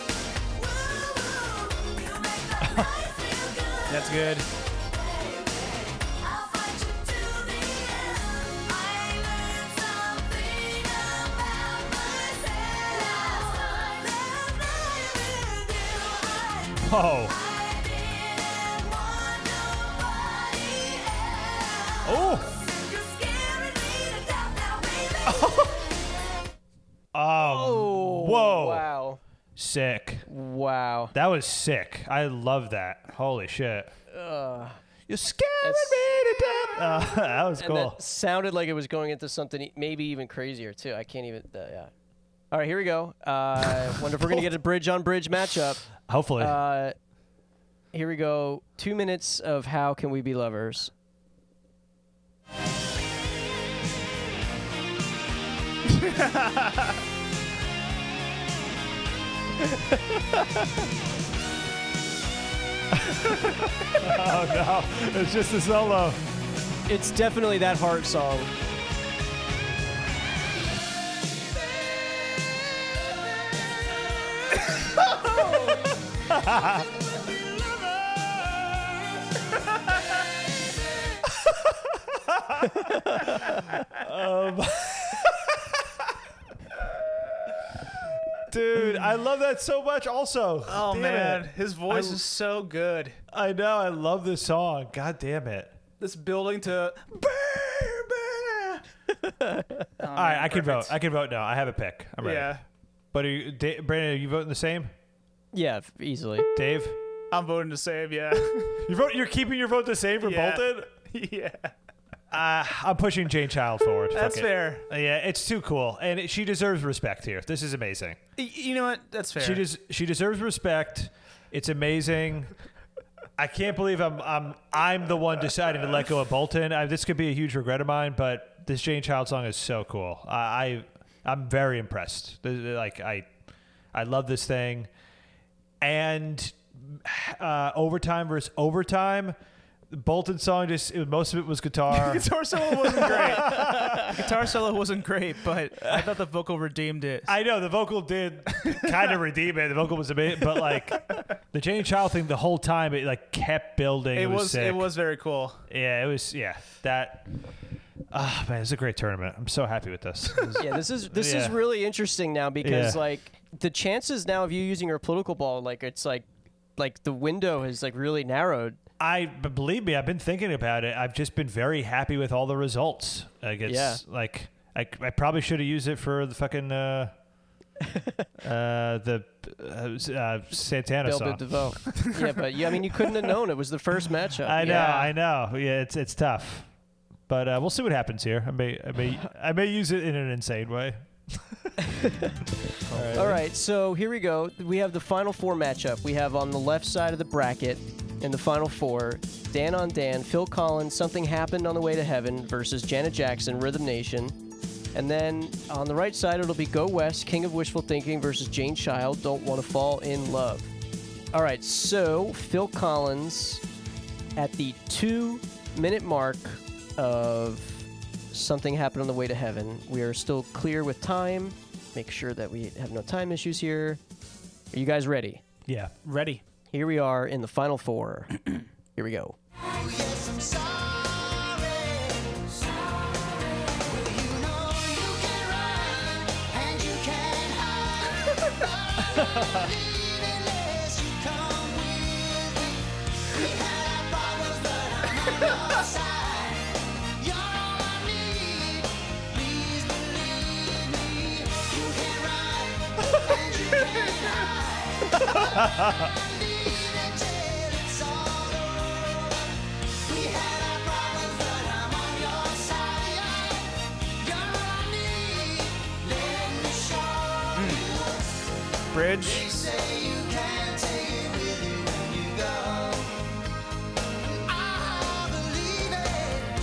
Woo, you make my life feel good. That's good. I'll fight you to the end. I learned something about myself. Last night with you, I Whoa! I didn't want nobody else. Oh! You're scaring me to death now, baby. Um, whoa! Oh, Wow. Sick. Wow. That was sick. I love that. Holy shit! You're scaring That's- me to death. Uh, that was And cool. that sounded like it was going into something e- maybe even crazier too. I can't even. Uh, yeah. All right, here we go. Uh, wonder if we're gonna get a bridge on bridge matchup. Hopefully. Uh, here we go. Two minutes of how can we be lovers? it's just a solo. It's definitely that heart song. Dude, I love that so much. Also. Oh Damn man, it. his voice I- is so good. I know. I love this song. God damn it. This building to baby. All right, I can vote. I can vote now. I have a pick. I'm ready. Yeah, But are you, Da- Brandon, are you voting the same? Yeah, f- easily. Dave, I'm voting to save. Yeah, you vote. You're keeping your vote the same for Yeah. Bolton. yeah. Uh, I'm pushing Jane Child forward. Fuck That's it. fair. Uh, Yeah, it's too cool, and it, she deserves respect here. This is amazing. Y- You know what? That's fair. She des- she deserves respect. It's amazing. I can't believe I'm I'm I'm the one deciding to let go of Bolton. I, this could be a huge regret of mine, but this Jane Child song is so cool. I, I I'm very impressed. Th- th- Like I I love this thing, and uh, overtime versus overtime. Bolton song just it, most of it was guitar. guitar solo wasn't great. The guitar solo wasn't great, but I thought the vocal redeemed it. I know the vocal did kind of redeem it. The vocal was a bit, but like the Jane Child thing, the whole time it like kept building. It, it was, was sick. it was very cool. yeah, it was yeah that. Ah man, it's a great tournament. I'm so happy with this. It was- Yeah, this is this is Yeah. really interesting now because Yeah. like the chances now of you using your political ball, like it's like like the window has like really narrowed. I but believe me, I've been thinking about it. I've just been very happy with all the results. Like it's Yeah. like I, I probably should have used it for the fucking uh, uh, the uh, uh, Santana Bill song. DeVoe. yeah, but yeah, I mean you couldn't have known it was the first matchup. I know, Yeah. I know. Yeah, it's it's tough, but uh, we'll see what happens here. I may, I may, I may use it in an insane way. All right, so here we go. We have the final four matchup. We have on the left side of the bracket in the final four, Dan on Dan, Phil Collins, Something Happened on the Way to Heaven versus Janet Jackson, Rhythm Nation. And then on the right side, it'll be Go West, King of Wishful Thinking versus Jane Child, Don't Want to Fall in Love. All right, so Phil Collins at the two minute mark of something happened on the way to heaven. We are still clear with time. Make sure that we have no time issues here. Are you guys ready? Yeah, Ready. Here we are in the final four. here we go. Yes, I'm sorry. Well, you know you can run and you can hide, but I won't leave unless you come with me. We had our problems, but I'm on your side. You're all I need. Please believe me. You can run and you can hide, but I won't leave until it's all over. We had our problems, but I'm on your side. You're on me. Let me show you. Bridge. They say you can take it with you when you go. I believe it.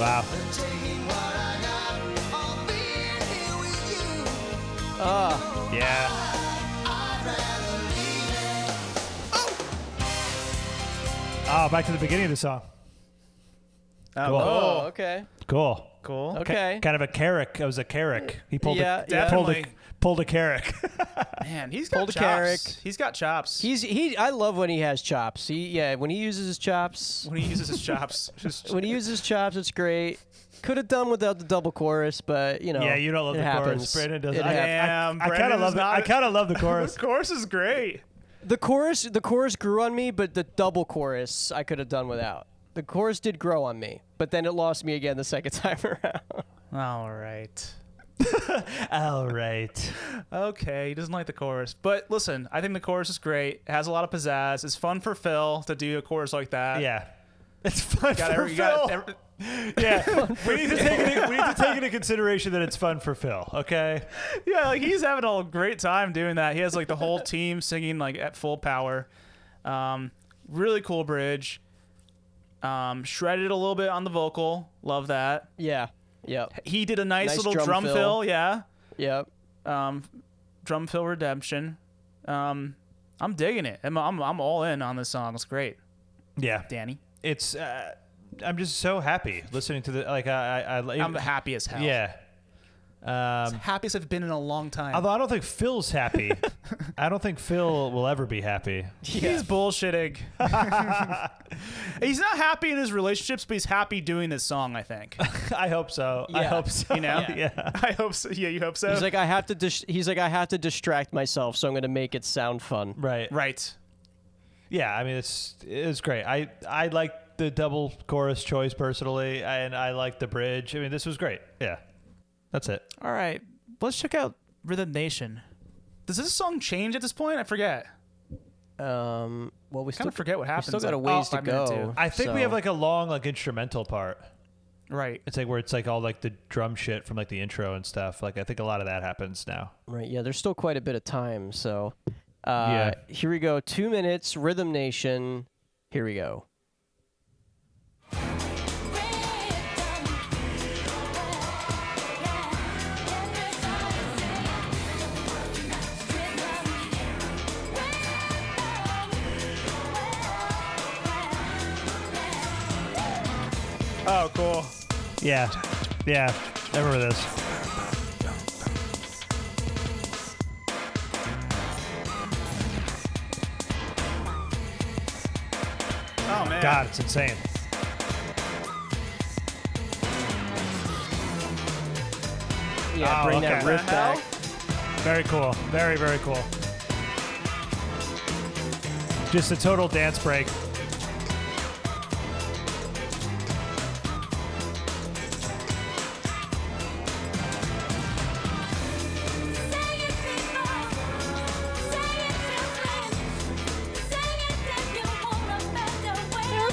wow. But taking what I got, I'll be here with you. Yeah, I'd rather leave it. oh, back to the beginning of the song. Cool. Oh, okay. Cool. Cool. Ki- Okay. Kind of a carrick. It was a carrick. He pulled Yeah, a, yeah. pulled a Definitely. pulled a carrick. Man, he's got Pulled a chops. carrot. He's got chops. He's he I love when he has chops. He yeah, when he uses his chops. when he uses his chops, just When he uses his chops, it's great. Could have done without the double chorus, but you know. yeah, you don't love it the happens. chorus. Brandon doesn't. It I, hap- Damn, I, I kind Brandon of love is the, not- I kind of love the chorus. This course is great. The chorus, the chorus grew on me, but the double chorus I could have done without. The chorus did grow on me, but then it lost me again the second time around. All right. All right. Okay, he doesn't like the chorus, but listen, I think the chorus is great. It has a lot of pizzazz. It's fun for Phil to do a chorus like that. Yeah. It's fun Got for every, you Phil. got every, yeah, we need to take it, we need to take into consideration that it's fun for Phil. Okay. yeah, like he's having a great time doing that. He has like the whole team singing like at full power. Um, really cool bridge. Um, shredded a little bit on the vocal. Love that. yeah, yep, He did a nice, Nice little drum drum, fill. fill. Yeah. yep. Um, drum fill redemption. Um, I'm digging it. I'm, I'm I'm all in on this song. It's great, Yeah. Danny. It's. Uh, I'm just so happy listening to the like. I. I, I I'm happy as hell. Yeah. Um, Happy as I've been in a long time. although I don't think Phil's happy. I don't think Phil will ever be happy. He's bullshitting. he's not happy in his relationships, but he's happy doing this song. I think. I hope so. I Yeah. hope so. You know? Yeah. I hope so. Yeah, you hope so. He's like, I have to. Dis- he's like, I have to distract myself, so I'm gonna make it sound fun. Right. right. Yeah. I mean, it's it's great. I I like the double chorus choice personally, and I like the bridge. I mean, this was great. Yeah. That's it. All right. Let's check out Rhythm Nation. Does this song change at this point? I forget. Um, well, we Kind still of forget what happens. still got a Oh, ways to five minute go. too. I think we So- have like a long like instrumental part. Right. It's like where it's like all like the drum shit from like the intro and stuff. Like I think a lot of that happens now. right. Yeah, there's still quite a bit of time. So, uh, Yeah. here we go. Two minutes, Rhythm Nation. Here we go. Thank Oh, cool. Yeah. Yeah. I remember this. Oh man. God, it's insane. Yeah, Oh, bring that okay. riff back. Very cool. Very, very cool. Just a total dance break.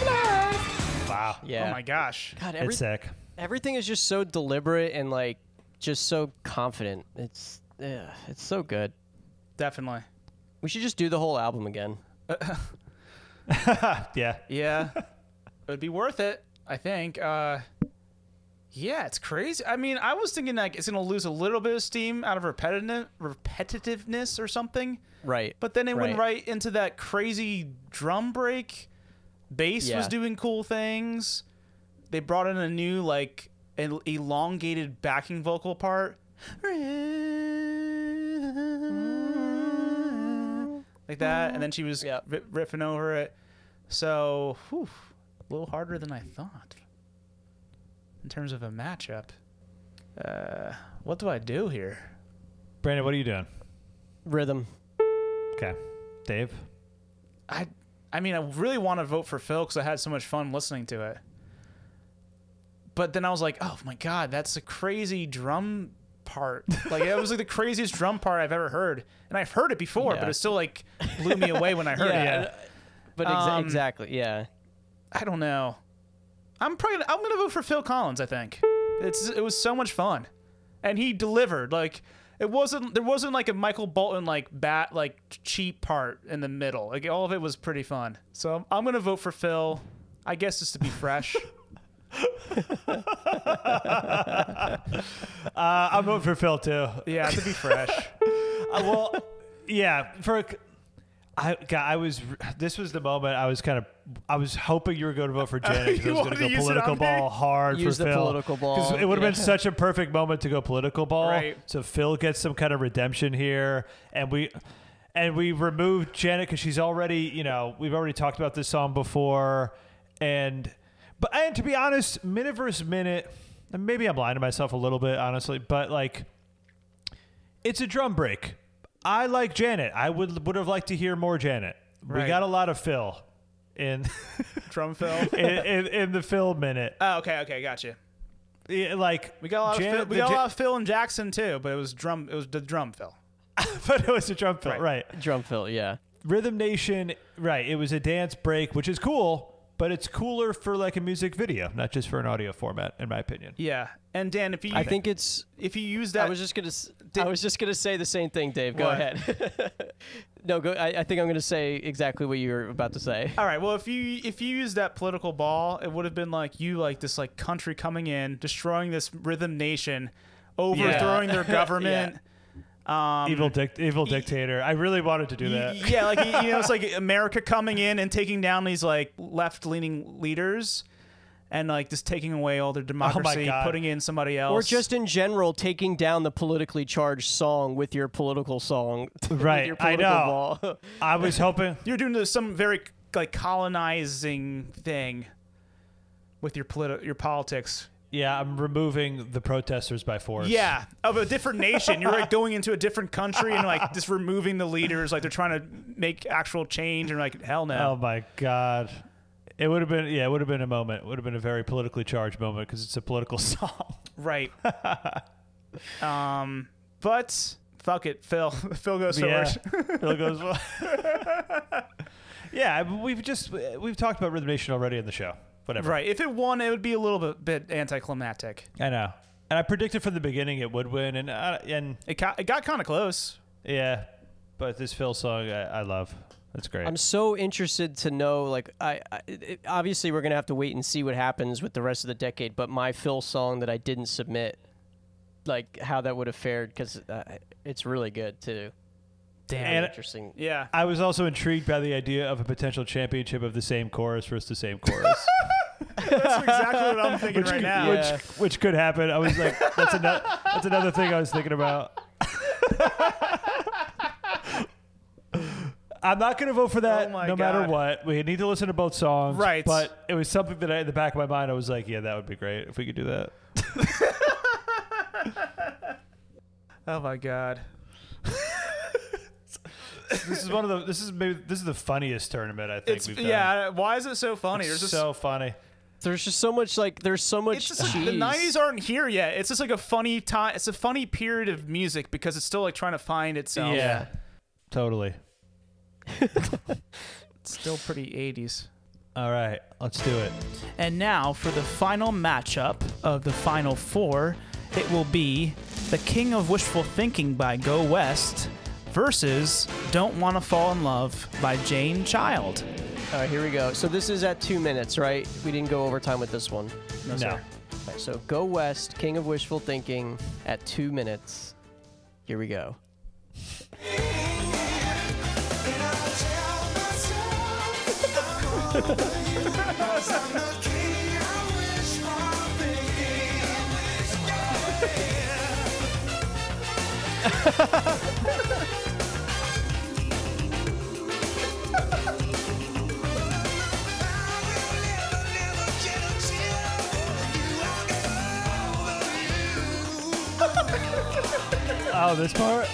Wow. Yeah. Oh my gosh. God, every- It's sick. everything is just so deliberate and like just so confident. It's yeah, it's so good. Definitely. We should just do the whole album again. Yeah. Yeah. It'd be worth it, I think. Uh yeah, it's crazy. I mean, I was thinking like it's gonna lose a little bit of steam out of repetitive repetitiveness or something, Right. but then it went Right. right into that crazy drum break. Bass Yeah. was doing cool things. They brought in a new like an elongated backing vocal part. Like that, and then she was Yeah. ri riffing over it. So, whew, a little harder than I thought in terms of a matchup. Uh, what do I do here? Brandon, what are you doing? Rhythm. Okay. Dave? I, I mean, I really want to vote for Phil because I had so much fun listening to it. But then I was like, oh my god, that's a crazy drum part. Like it was like the craziest drum part I've ever heard, and I've heard it before, Yeah. but it still like blew me away when I heard it. Yeah. But exa- Um, exactly, yeah. I don't know. I'm probably I'm gonna vote for Phil Collins. I think it's it was so much fun, and he delivered. Like it wasn't there wasn't like a Michael Bolton like bat like cheap part in the middle. Like all of it was pretty fun. So I'm, I'm gonna vote for Phil. I guess just to be fresh. Uh, I'm voting for Phil, too. Uh, yeah, to be fresh. Uh, well, yeah. For. I, God, I was. This was the moment I was kind of. I was hoping you were going to vote for Janet because I You was going wanted to go use it political on me? ball hard Use for the Phil. political ball, 'Cause It would have been yeah. such a perfect moment to go political ball. Right. So Phil gets some kind of redemption here, and we and we removed Janet because she's already. You know, we've already talked about this song before, and but and to be honest, minute versus minute, and maybe I'm lying to myself a little bit, honestly, but like it's a drum break. I like Janet. I would would have liked to hear more Janet. We Right. got a lot of Phil in Drum Phil. in, in, in the Phil minute. Oh, okay, okay, gotcha. Yeah, like We got a lot Janet, of Phil, we the got a Ja- lot of Phil and Jackson too, but it was drum. It was the drum Phil. but it was a drum Phil, right. Drum fill, yeah. Rhythm Nation, right? It was a dance break, which is cool, but it's cooler for like a music video, not just for an audio format, in my opinion. Yeah, and Dan, if you I think it's if you use I that, was just gonna. s I I was just gonna say the same thing, Dave. Go What? ahead. no, go. I, I think I'm gonna say exactly what you were about to say. All right. Well, if you if you used that political ball, it would have been like you like this like country coming in, destroying this rhythm nation, overthrowing their government. evil dic- evil dictator. I really wanted to do um, Y- that. Yeah, like you know, it's like America coming in and taking down these like left leaning leaders, and like just taking away all their democracy, God. putting in somebody else, Or just in general, taking down the politically charged song with your political song. with Right, your I political know. ball. I was hoping. you're doing this, some very like colonizing thing with your politi- your politics. Yeah, I'm removing the protesters by force. Yeah, of a different nation. You're like going into a different country and like just removing the leaders. Like they're trying to make actual change and like hell Oh no. my god. It would have been yeah, it would have been a moment. It would have been a very politically charged moment because it's a political song. Right. um, but fuck it, Phil. Phil goes yeah. first. Phil goes well. yeah, I mean, we've just we've talked about Rhythm Nation already in the show. Whatever. Right. If it won, it would be a little bit, bit anticlimactic. I know. And I predicted from the beginning it would win and uh, and It got, it got kind of close. yeah, but this Phil song I, I love. That's great. I'm so interested to know. Like, I, I it, obviously we're gonna have to wait and see what happens with the rest of the decade. But my Phil song that I didn't submit, like how that would have fared, because uh, it's really good too. Damn, And- interesting. Yeah. I was also intrigued by the idea of a potential championship of the same chorus versus the same chorus. That's exactly what I'm thinking right now. which which could happen. I was like, that's another that's another thing I was thinking about. I'm not going to vote for that Oh no my matter God. what. We need to listen to both songs. Right. But it was something that I, in the back of my mind, I was like, yeah, that would be great if we could do that. Oh my god. This is one of the, this is maybe, this is the funniest tournament I think It's we've done. yeah. Why is it so funny? There's just so funny. There's just so much like there's so much it's just like cheese. the 90s aren't here yet. It's just like a funny time. It's a funny period of music because it's still like trying to find itself. Yeah. Totally. It's still pretty 80s. All right. Let's do it. And now for the final matchup of the final four, it will be The King of Wishful Thinking by Go West versus Don't Want to Fall in Love by Jane Child. All right, here we go. So this is at two minutes, right? We didn't go overtime with this one. No, sir. All right, so go west, King of Wishful Thinking, at two minutes. Here we go. Oh, this part?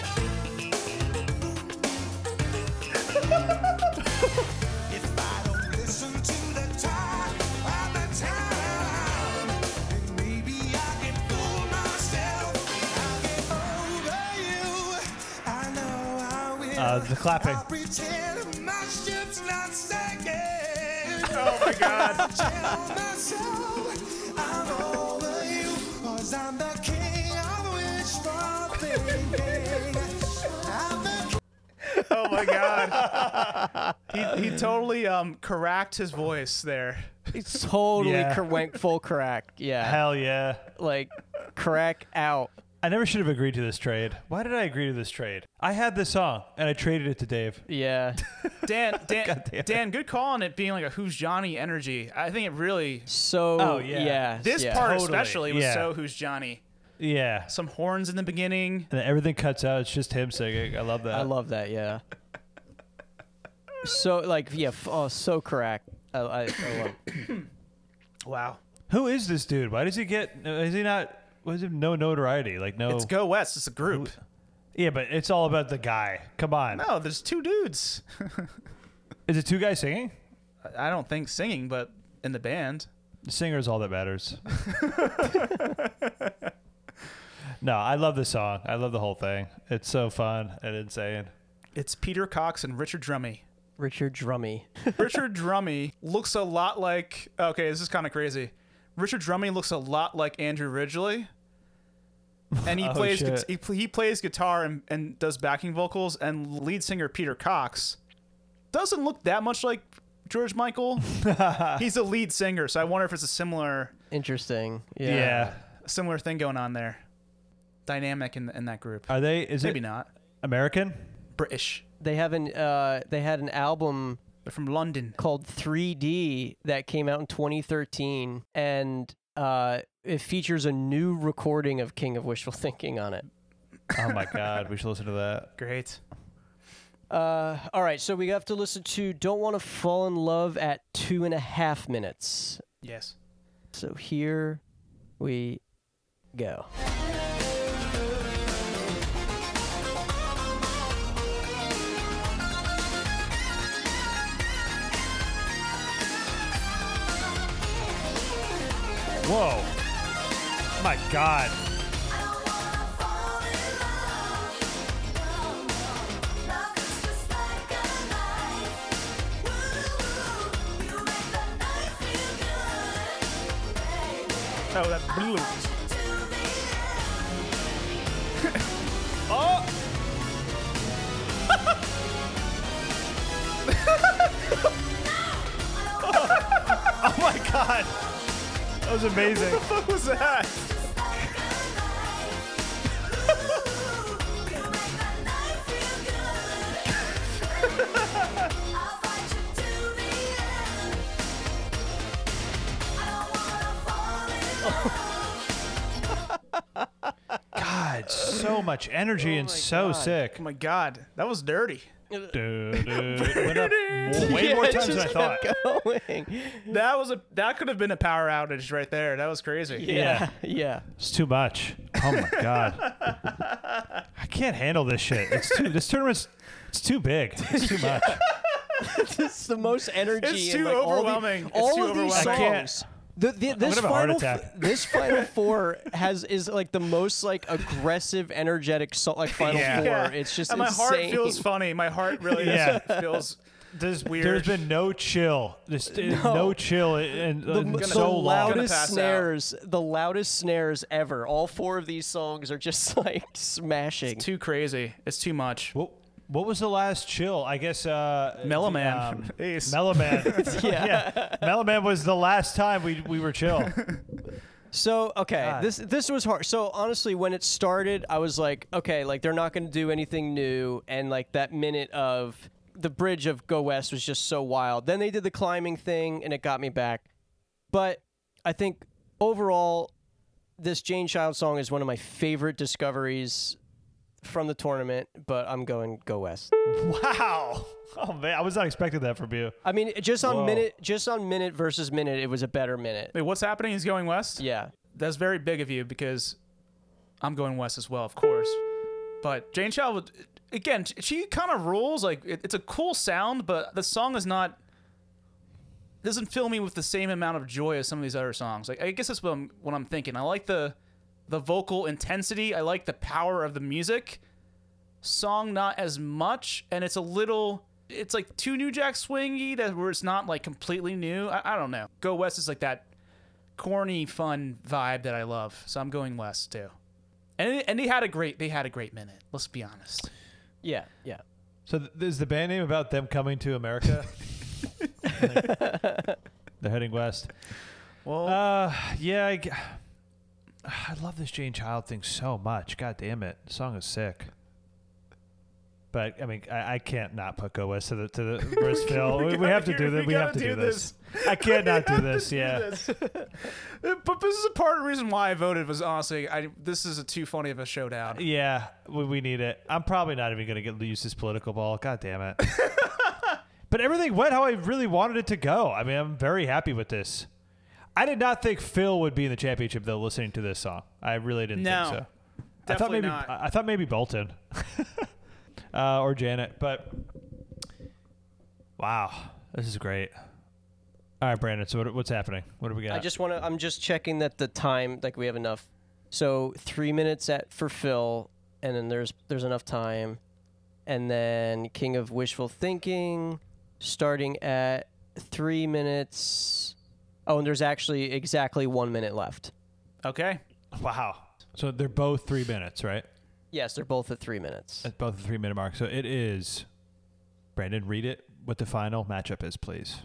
Uh, the clapping. Pretend my ship's not sinking. Oh my God! I'm over you, 'cause I'm the king of wishful thinking. I'm the Oh my God. he, he Uh. totally um, cracked his voice there. It's totally Yeah. cr- went full crack. Yeah, Hell yeah. like crack out. I never should have agreed to this trade. Why did I agree to this trade? I had this song and I traded it to Dave. Yeah, Dan, Dan, damn it. Dan, good call on it being like a Who's Johnny energy. I think it really, so Oh, yeah. yeah, this yeah. part Totally, especially was yeah. so Who's Johnny. Yeah. Some horns in the beginning. And then everything cuts out. It's just him singing. I love that. I love that. Yeah. So like yeah, f- oh so crack. I, I, I love. Wow. Who is this dude? Why does he get? Is he not? Was it no notoriety? Like no. It's Go West. It's a group. Yeah, but it's all about the guy. Come on. No, there's two dudes. Is it two guys singing? I don't think singing, but in the band. The singer is all that matters. no, I love this song. I love the whole thing. It's so fun and insane. It's Peter Cox and Richard Drummy. Richard Drummy. Richard Drummy looks a lot like. Okay, this is kind of crazy. Richard Drummy looks a lot like Andrew Ridgely, and he Oh, plays shit. gu- he, pl- he plays guitar and, and does backing vocals. And lead singer Peter Cox doesn't look that much like George Michael. He's a lead singer, so I wonder if it's a similar Interesting. Yeah. Yeah. similar thing going on there. Dynamic in in that group. Are they? Is Maybe it not American? British. They have an uh they had an album They're from London. called 3D that came out in 2013 and uh it features a new recording of King of Wishful Thinking on it. Oh my god, we should listen to that. Great. Uh, all right, so we have to listen to "Don't Want to Fall in Love" at two and a half minutes. Yes. So here we go. Whoa. My god. Oh, that blue. Oh my god. That was amazing. What was that? I'll fight you to the end. I don't had so much energy and so sick. Oh my god, that was dirty. Duh, duh. It went up more- way Yeah, more it times than I just thought. kept going. That was a that could have been a power outage right there. That was crazy. Yeah, yeah. It's too much. Oh my god. I can't handle this shit. It's too this tournament's it's too big. It's too much. It's the most energy. It's and, too like, all the- overwhelming. It's All, too of these overwhelming. I songs. The, the, this have a heart final, f- attack. this final four has is like the most like aggressive, energetic so- like final Yeah. four. Yeah. It's just and my insane. heart feels funny. My heart really Yeah. just feels There's weird. There's been no chill. There's no, Uh, No. chill in, in, the, in m- so the long. Gonna loudest pass out. snares, the loudest snares ever. All four of these songs are just like smashing. too crazy. It's too much. What, what was the last chill? I guess uh Mellow the, Man. Um, Ace. Mellow Man. yeah. yeah. Mellow Man was the last time we, we were chill. So okay, God. this this was hard. So honestly, when it started, I was like, okay, like they're not going to do anything new, and like that minute of the bridge of Go West was just so wild. Then they did the climbing thing, and it got me back. But I think overall, this Jane Child song is one of my favorite discoveries from the tournament. But I'm going Go West. wow. Oh man, I was not expecting that from you. I mean, just on Whoa. minute, just on minute versus minute, it was a better minute. Wait, what's happening? He's going west. Yeah. That's very big of you because I'm going west as well, of course. But Jane Child, would- again, she kind of rules. Like it, it's a cool sound, but the song is not doesn't fill me with the same amount of joy as some of these other songs. Like I guess that's what I'm what I'm thinking. I like the the vocal intensity. I like the power of the music. Song not as much, and it's a little. It's like too New Jack swingy that where it's not like completely new. I, I don't know. Go West is like that corny, fun vibe that I love. So I'm going West too. And and they had a great they had a great minute. Let's be honest. Yeah. Yeah. So th- is the band name about them coming to America? They're heading west. Well, Uh, yeah, I, g- I love this Jane Child thing so much. God damn it, the song is sick. But I mean, I, I can't not put Go West to the to the first fill. We, we have to do this. We, have to do this. I can't not do this. Yeah, but this is a part of the reason why I voted was honestly I this is a too funny of a showdown. yeah, we, we need it. I'm probably not even gonna get use this political ball. God damn it. but everything went how I really wanted it to go. I mean, I'm very happy with this. I did not think Phil would be in the championship though. Listening to this song, I really didn't No. think so. I thought Definitely maybe not. I I thought maybe Bolton uh, or Janet, but wow, this is great. All right, Brandon. So what, what's happening? What do we got? I just want to. I'm just checking that the time, like we have enough. So three minutes at for Phil, and then there's there's enough time, and then King of Wishful Thinking, starting at three minutes. Oh, and there's actually exactly one minute left. Okay. wow. So they're both three minutes, right? Yes, they're both at three minutes. At both the three minute mark. So it is. Brandon, read it. What the final matchup is, please.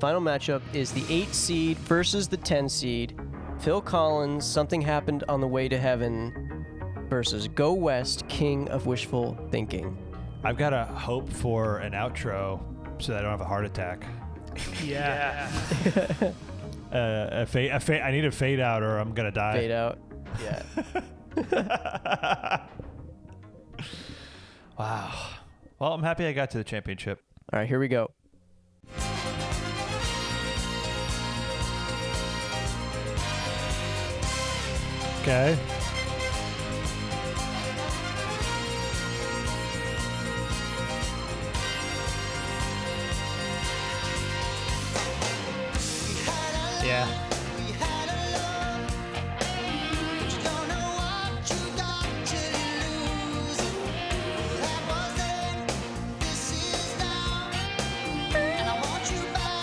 Final matchup is the eight seed versus the ten seed. Phil Collins, something happened on the way to heaven, versus Go West, King of Wishful Thinking. I've got to hope for an outro so that I don't have a heart attack. Yeah. Uh, a fade, a fade, I need a fade out or I'm gonna die. Fade out. Yeah. Wow. Well, I'm happy I got to the championship. All right, here we go. Okay. Yeah.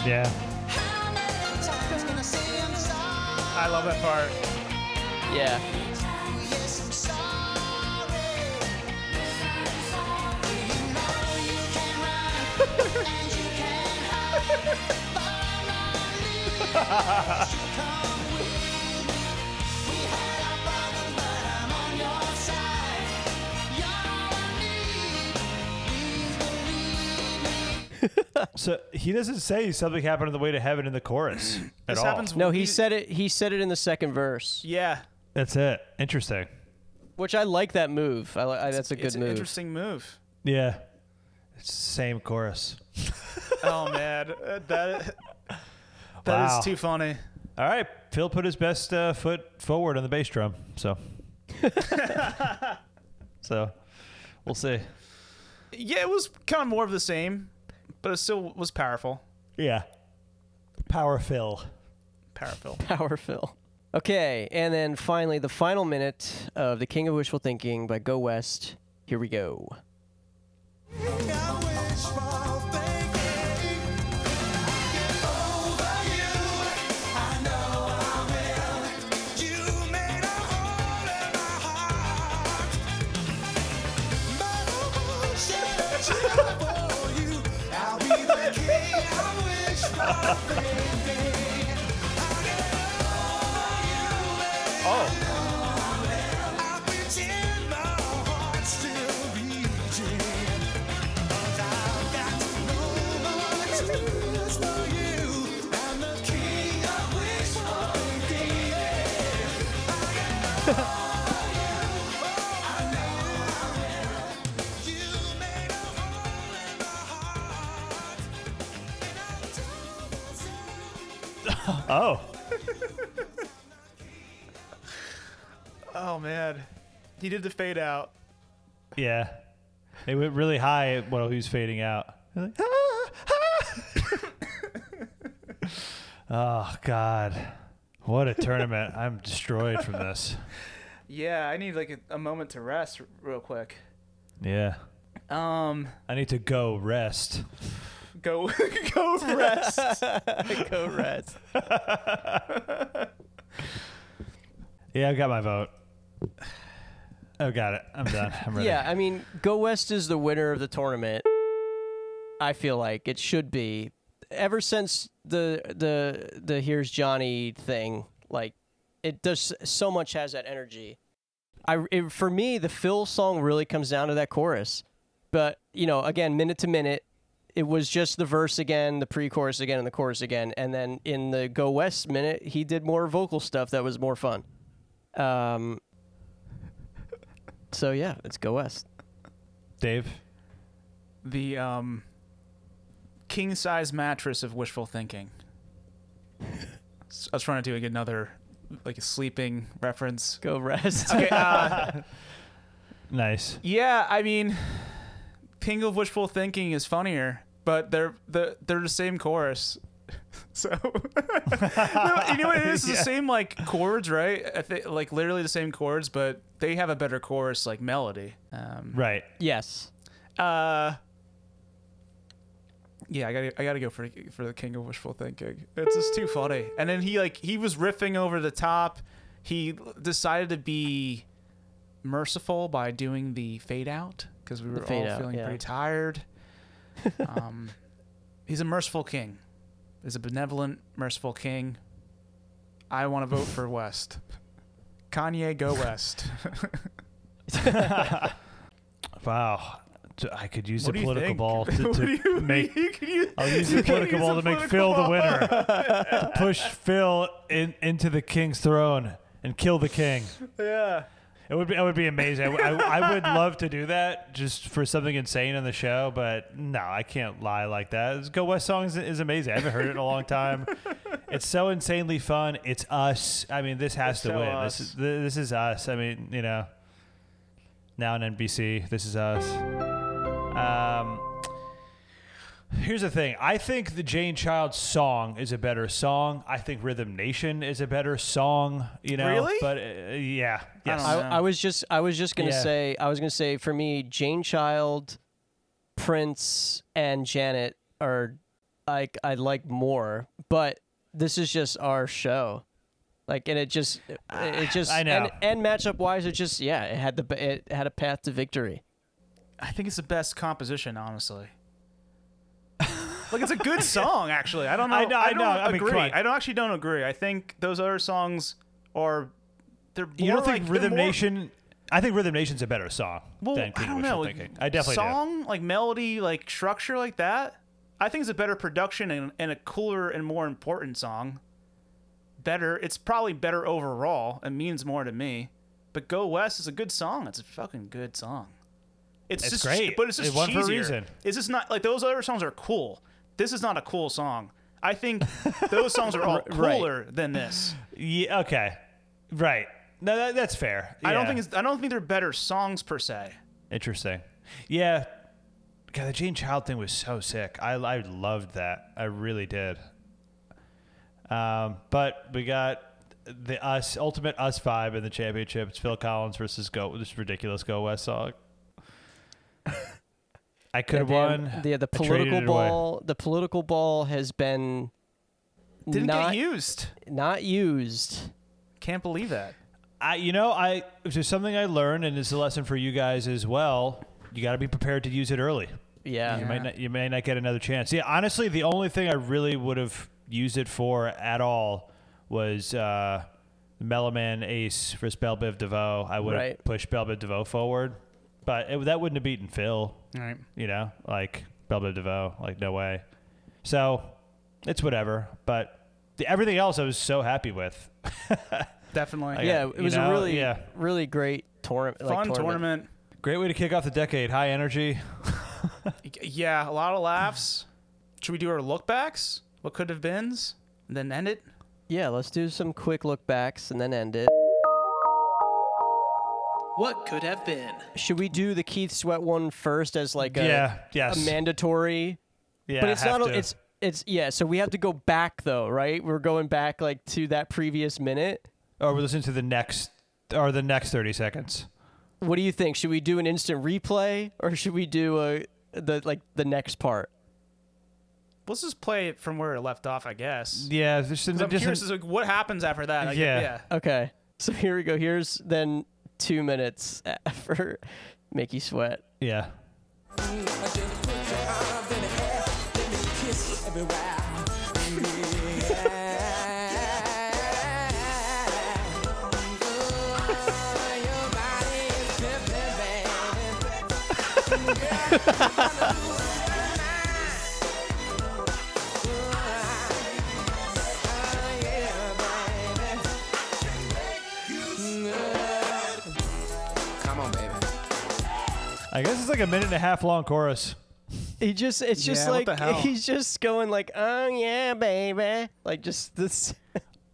Yeah. I love that part. Yeah. So he doesn't say something happened on the way to heaven in the chorus at This all. happens. No, he said it. He said it in the second verse. Yeah. That's it. Interesting. Which I like that move. I, li- I, that's a good it's an move. interesting move. Yeah. It's the same chorus. oh man, Uh, that that is Wow. too funny. All right. Phil put his best uh, foot forward on the bass drum. So. so, we'll see. Yeah, it was kind of more of the same, but it still was powerful. Yeah. Power Phil. Powerful. Power fill. Okay, and then finally the final minute of The King of Wishful Thinking by Go West. Here we go. Oh. Oh man, he did the fade out. Yeah. It went really high while he was fading out. Like, "Ah, ah." oh, God. What a tournament. I'm destroyed from this. Yeah, I need like a, a moment to rest r- real quick. Yeah. Um, I need to go rest. go go rest. Go Reds. Yeah, I've got my vote. Oh, got it. I'm done. I'm ready. Yeah, I mean, Go West is the winner of the tournament. I feel like it should be. Ever since the the the here's Johnny thing, like it does so much has that energy. I it, for me the Phil song really comes down to that chorus. But, you know, again, minute to minute, it was just the verse again, the pre-chorus again and the chorus again, and then in the Go West minute, he did more vocal stuff that was more fun. Um so yeah, it's Go West. Dave? the um king size mattress of wishful thinking. S- I was trying to do like another like a sleeping reference. Go rest. Okay, uh, Nice. yeah, I mean, King of Wishful Thinking is funnier, but they're the they're the same chorus. So No, you know what it is? It's the same like chords, right? I think like literally the same chords, but they have a better chorus like melody. Um, Right. Yes. uh, yeah, I gotta I gotta go for for the King of Wishful Thinking. It's just too funny. And then he like he was riffing over the top. He decided to be merciful by doing the fade out because we were all fade out, feeling yeah. pretty tired. um, he's a merciful king. He's a benevolent, merciful king. I want to vote for West. Kanye, go West. Wow. D- I could use What the do you political think? ball to, What do to you make. mean? Can you- I'll use the can political use ball the to make Phil political the winner. to push Phil in, into the king's throne and kill the king. Yeah. It would be, it would be amazing. I, I- I would love to do that just for something insane on the show, but no, I can't lie like that. It's- Go West song is, is amazing. I haven't heard it in a long time. It's so insanely fun. It's us. I mean, this has It's to so win. us. This is th- this is us. I mean, you know, now on NBC, this is us. Um, here's the thing. I think the Jane Child song is a better song. I think Rhythm Nation is a better song. You know, Really? But uh, yeah, yes. don't I, know. I was just I was just gonna Yeah. say I was gonna say for me Jane Child, Prince, and Janet are like I like more, but this is just our show, like and it just it, it just I know. and, and matchup wise it just yeah it had the b- it had a path to victory. I think it's the best composition, honestly. like it's a good song, actually. I don't know. I know, I don't know. I mean, come agree. on. I don't actually don't agree. I think those other songs are they're more You don't like, think they're Rhythm more- Nation? I think Rhythm Nation's a better song Well, than King I don't Wishful know. Thinking. I definitely do. song like melody, like structure, like that. I think it's a better production and, and a cooler and more important song. Better. It's probably better overall. It means more to me. But Go West is a good song. It's a fucking good song. It's, It's just great. but it's just It won for a cheesier. reason. It's just not like those other songs are cool. This is not a cool song. I think those songs are all right. cooler than this. Yeah, okay. Right. No, that, that's fair. I don't Yeah. think it's, I don't think they're better songs per se. Interesting. Yeah. God, the Jane Child thing was so sick. I, I loved that. I really did. Um, but we got the us ultimate us vibe in the championship. It's Phil Collins versus go this ridiculous Go West song. I could have Goddamn- won. The, the I traded political it away. ball. The political ball has been Didn't not get used. not used. Can't believe that. I, you know, I there's something I learned, and it's a lesson for you guys as well. You got to be prepared to use it early. Yeah. You might not, you may not get another chance. Yeah, honestly, the only thing I really would have used it for at all was uh, Mellow Man Ace versus Bell Biv DeVoe. I would Right. have pushed Bell Biv DeVoe forward, but it, that wouldn't have beaten Phil. All right. You know, like Bell Biv DeVoe, like no way. So it's whatever. But the, everything else, I was so happy with. Definitely. Like, Yeah, uh, it you was know, a really yeah. really great tournament. Fun tournament. great way to kick off the decade. High energy. Yeah, a lot of laughs. Should we do our look backs? What could have beens? And then end it? Yeah, let's do some quick look backs and then end it. What could have been? Should we do the Keith Sweat one first as like a, Yeah, yes. a mandatory? Yeah, but it's have not. a- to. It's it's yeah. So we have to go back though, right? We're going back like to that previous minute. or we're listening Oh, to the next or the next 30 seconds. What do you think? Should we do an instant replay or should we do a the like the next part? Let's just play it from where it left off, I guess. Yeah, just, I'm just curious as to what happens after that. Like, Yeah. yeah. Okay. So here we go. Here's then two minutes for Mickey Sweat. yeah. Come on, baby. I guess it's like a minute and a half long chorus. He just it's just Yeah, what like the hell? he's just going like, "Oh yeah, baby." Like just this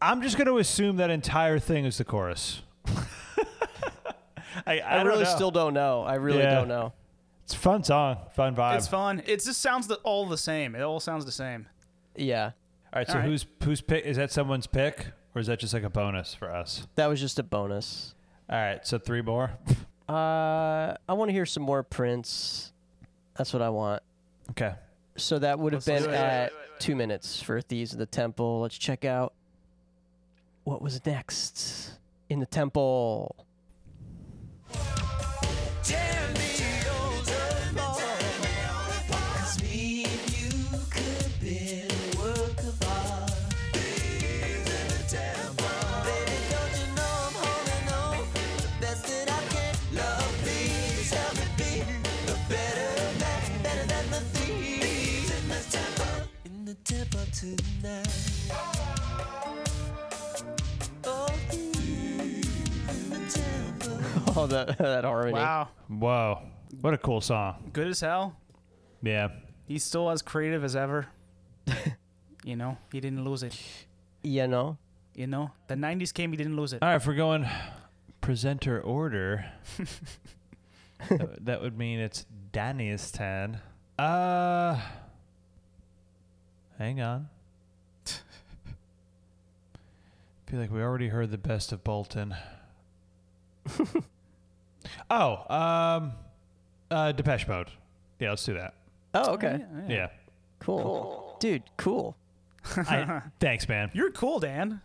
I'm just going to assume that entire thing is the chorus. I, I, I, don't really know. still don't know. I really Yeah. don't know. It's a fun song, fun vibe. It's fun. It just sounds the, all the same. It all sounds the same. Yeah. All right, so All right. who's who's pick? Is that someone's pick, or is that just like a bonus for us? That was just a bonus. All right, so three more. Uh I want to hear some more Prince. That's what I want. Okay. So that would have Let's been do it. at 2 minutes for Thieves of the Temple. Let's check out what was next in the temple. Tonight, oh, in the temple. Oh, that that harmony. Wow. Whoa, what a cool song. Good as hell. Yeah. He's still as creative as ever. you know, he didn't lose it. You know. You know, the 90s came, he didn't lose it. All right, if we're going presenter order, that, would- that would mean it's Danny's turn. Uh, hang on. Feel like we already heard the best of Bolton. oh, um, uh, Depeche Mode. Yeah, let's do that. Oh, okay. Yeah. Cool. Dude, cool. I, thanks, man. You're cool, Dan.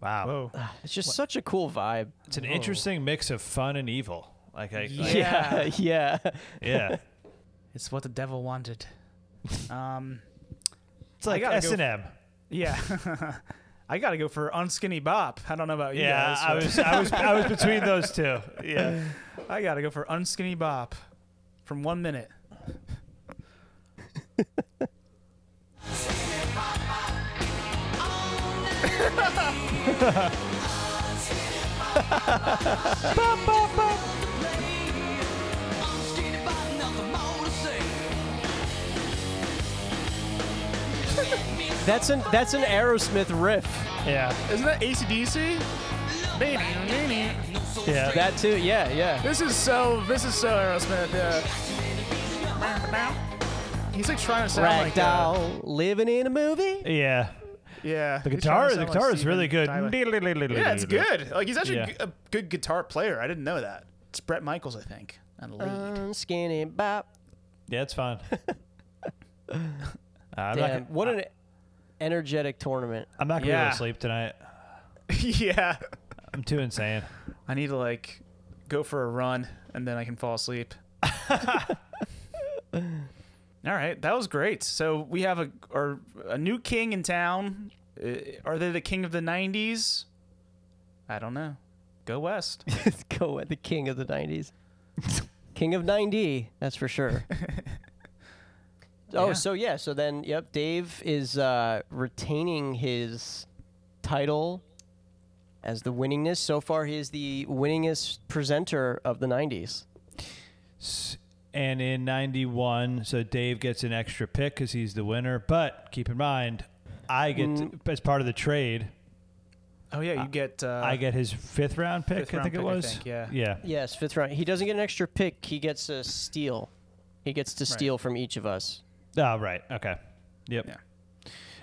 Wow. It's just such a cool vibe. It's an interesting mix of fun and evil. Like I, like- Yeah, yeah. yeah. It's what the devil wanted. Um, It's like gotta go- S and M. yeah. I gotta go for unskinny bop. I don't know about you Yeah, guys. I but was, I was, I was between those two. Yeah. I gotta go for unskinny bop from one minute. That's an that's an Aerosmith riff. Yeah. Isn't that ACDC? Baby, baby. Yeah. That too. Yeah, yeah. This is so. This is so Aerosmith. Yeah. He's like trying to sound like. Uh, Ragdoll, living in a movie. yeah. yeah. The guitar, the guitar is really good. Yeah, Yeah, it's good. Like he's actually Yeah. g- a good guitar player. I didn't know that. It's Brett Michaels, I think, Uh, and lead. Unskinny Mm, bop. Yeah, it's fun. I'm not, Damn, gonna, what an energetic tournament. I'm not gonna be Yeah. able to sleep tonight. yeah. I'm too insane. I need to like go for a run and then I can fall asleep. All right, that was great. So we have a or a new king in town. Uh, are they the king of the '90s? I don't know. Go west. Let's go at the king of the 90s. king of 90, that's for sure. oh, Yeah. so yeah, so then, yep, Dave is uh, retaining his title as the winningest. So far, he is the winningest presenter of the 90s. And in 91, so Dave gets an extra pick because he's the winner. But keep in mind, I get, to, Mm. as part of the trade, Oh yeah, you get. Uh, I get his fifth round pick, fifth I round think it pick, I was. think, yeah. Yeah. Yes, fifth round. He doesn't get an extra pick, he gets a steal. He gets to steal from each of us. Oh, right. Okay. Yep. Yeah.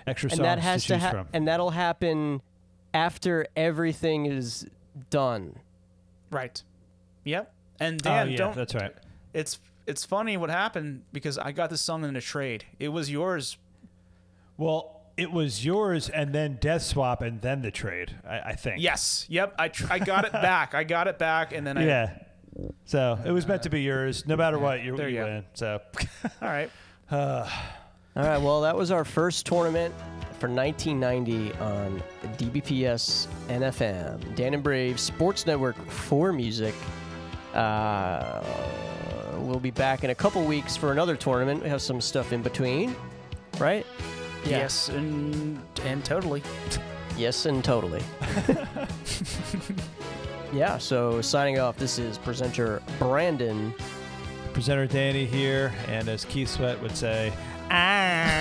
Extra And songs that has to to choose ha- from. and that'll happen after everything is done. right. Yep. And oh, Dan, yeah, don't. that's right. It's it's funny what happened because I got this song in a trade. It was yours. Well, it was yours and then Death Swap and then the trade, I, I think. Yes. Yep. I tr- I got it back. I got it back, and then I. Yeah. So it was meant to be yours, no matter what. You, There you you go. win. So All right. All right, well, that was our first tournament for 1990 on DBPS NFM, Dan and Brave Sports Network for music. Uh, we'll be back in a couple weeks for another tournament. We have some stuff in between, right? Yeah. Yes, and and totally. Yes, and totally. yeah, so signing off, this is presenter Brandon. presenter Danny here, and as Keith Sweat would say,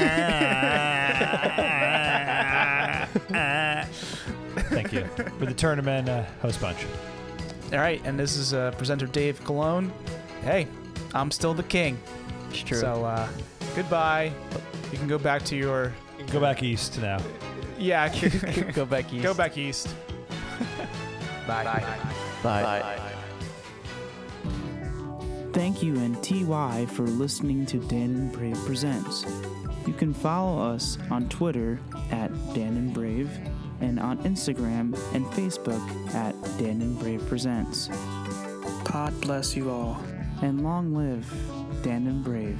"Ah." thank you for the tournament uh, host bunch. All right, and this is uh, presenter Dave Cologne. Hey, I'm still the king. It's true. So uh, goodbye. You can go back to your Go back east now. yeah. go back east. go back east. Bye. Bye. Thank you and TY for listening to Dan and Brave Presents. You can follow us on Twitter at Dan and Brave and on Instagram and Facebook at Dan and Brave Presents. God bless you all. And long live Dan and Brave.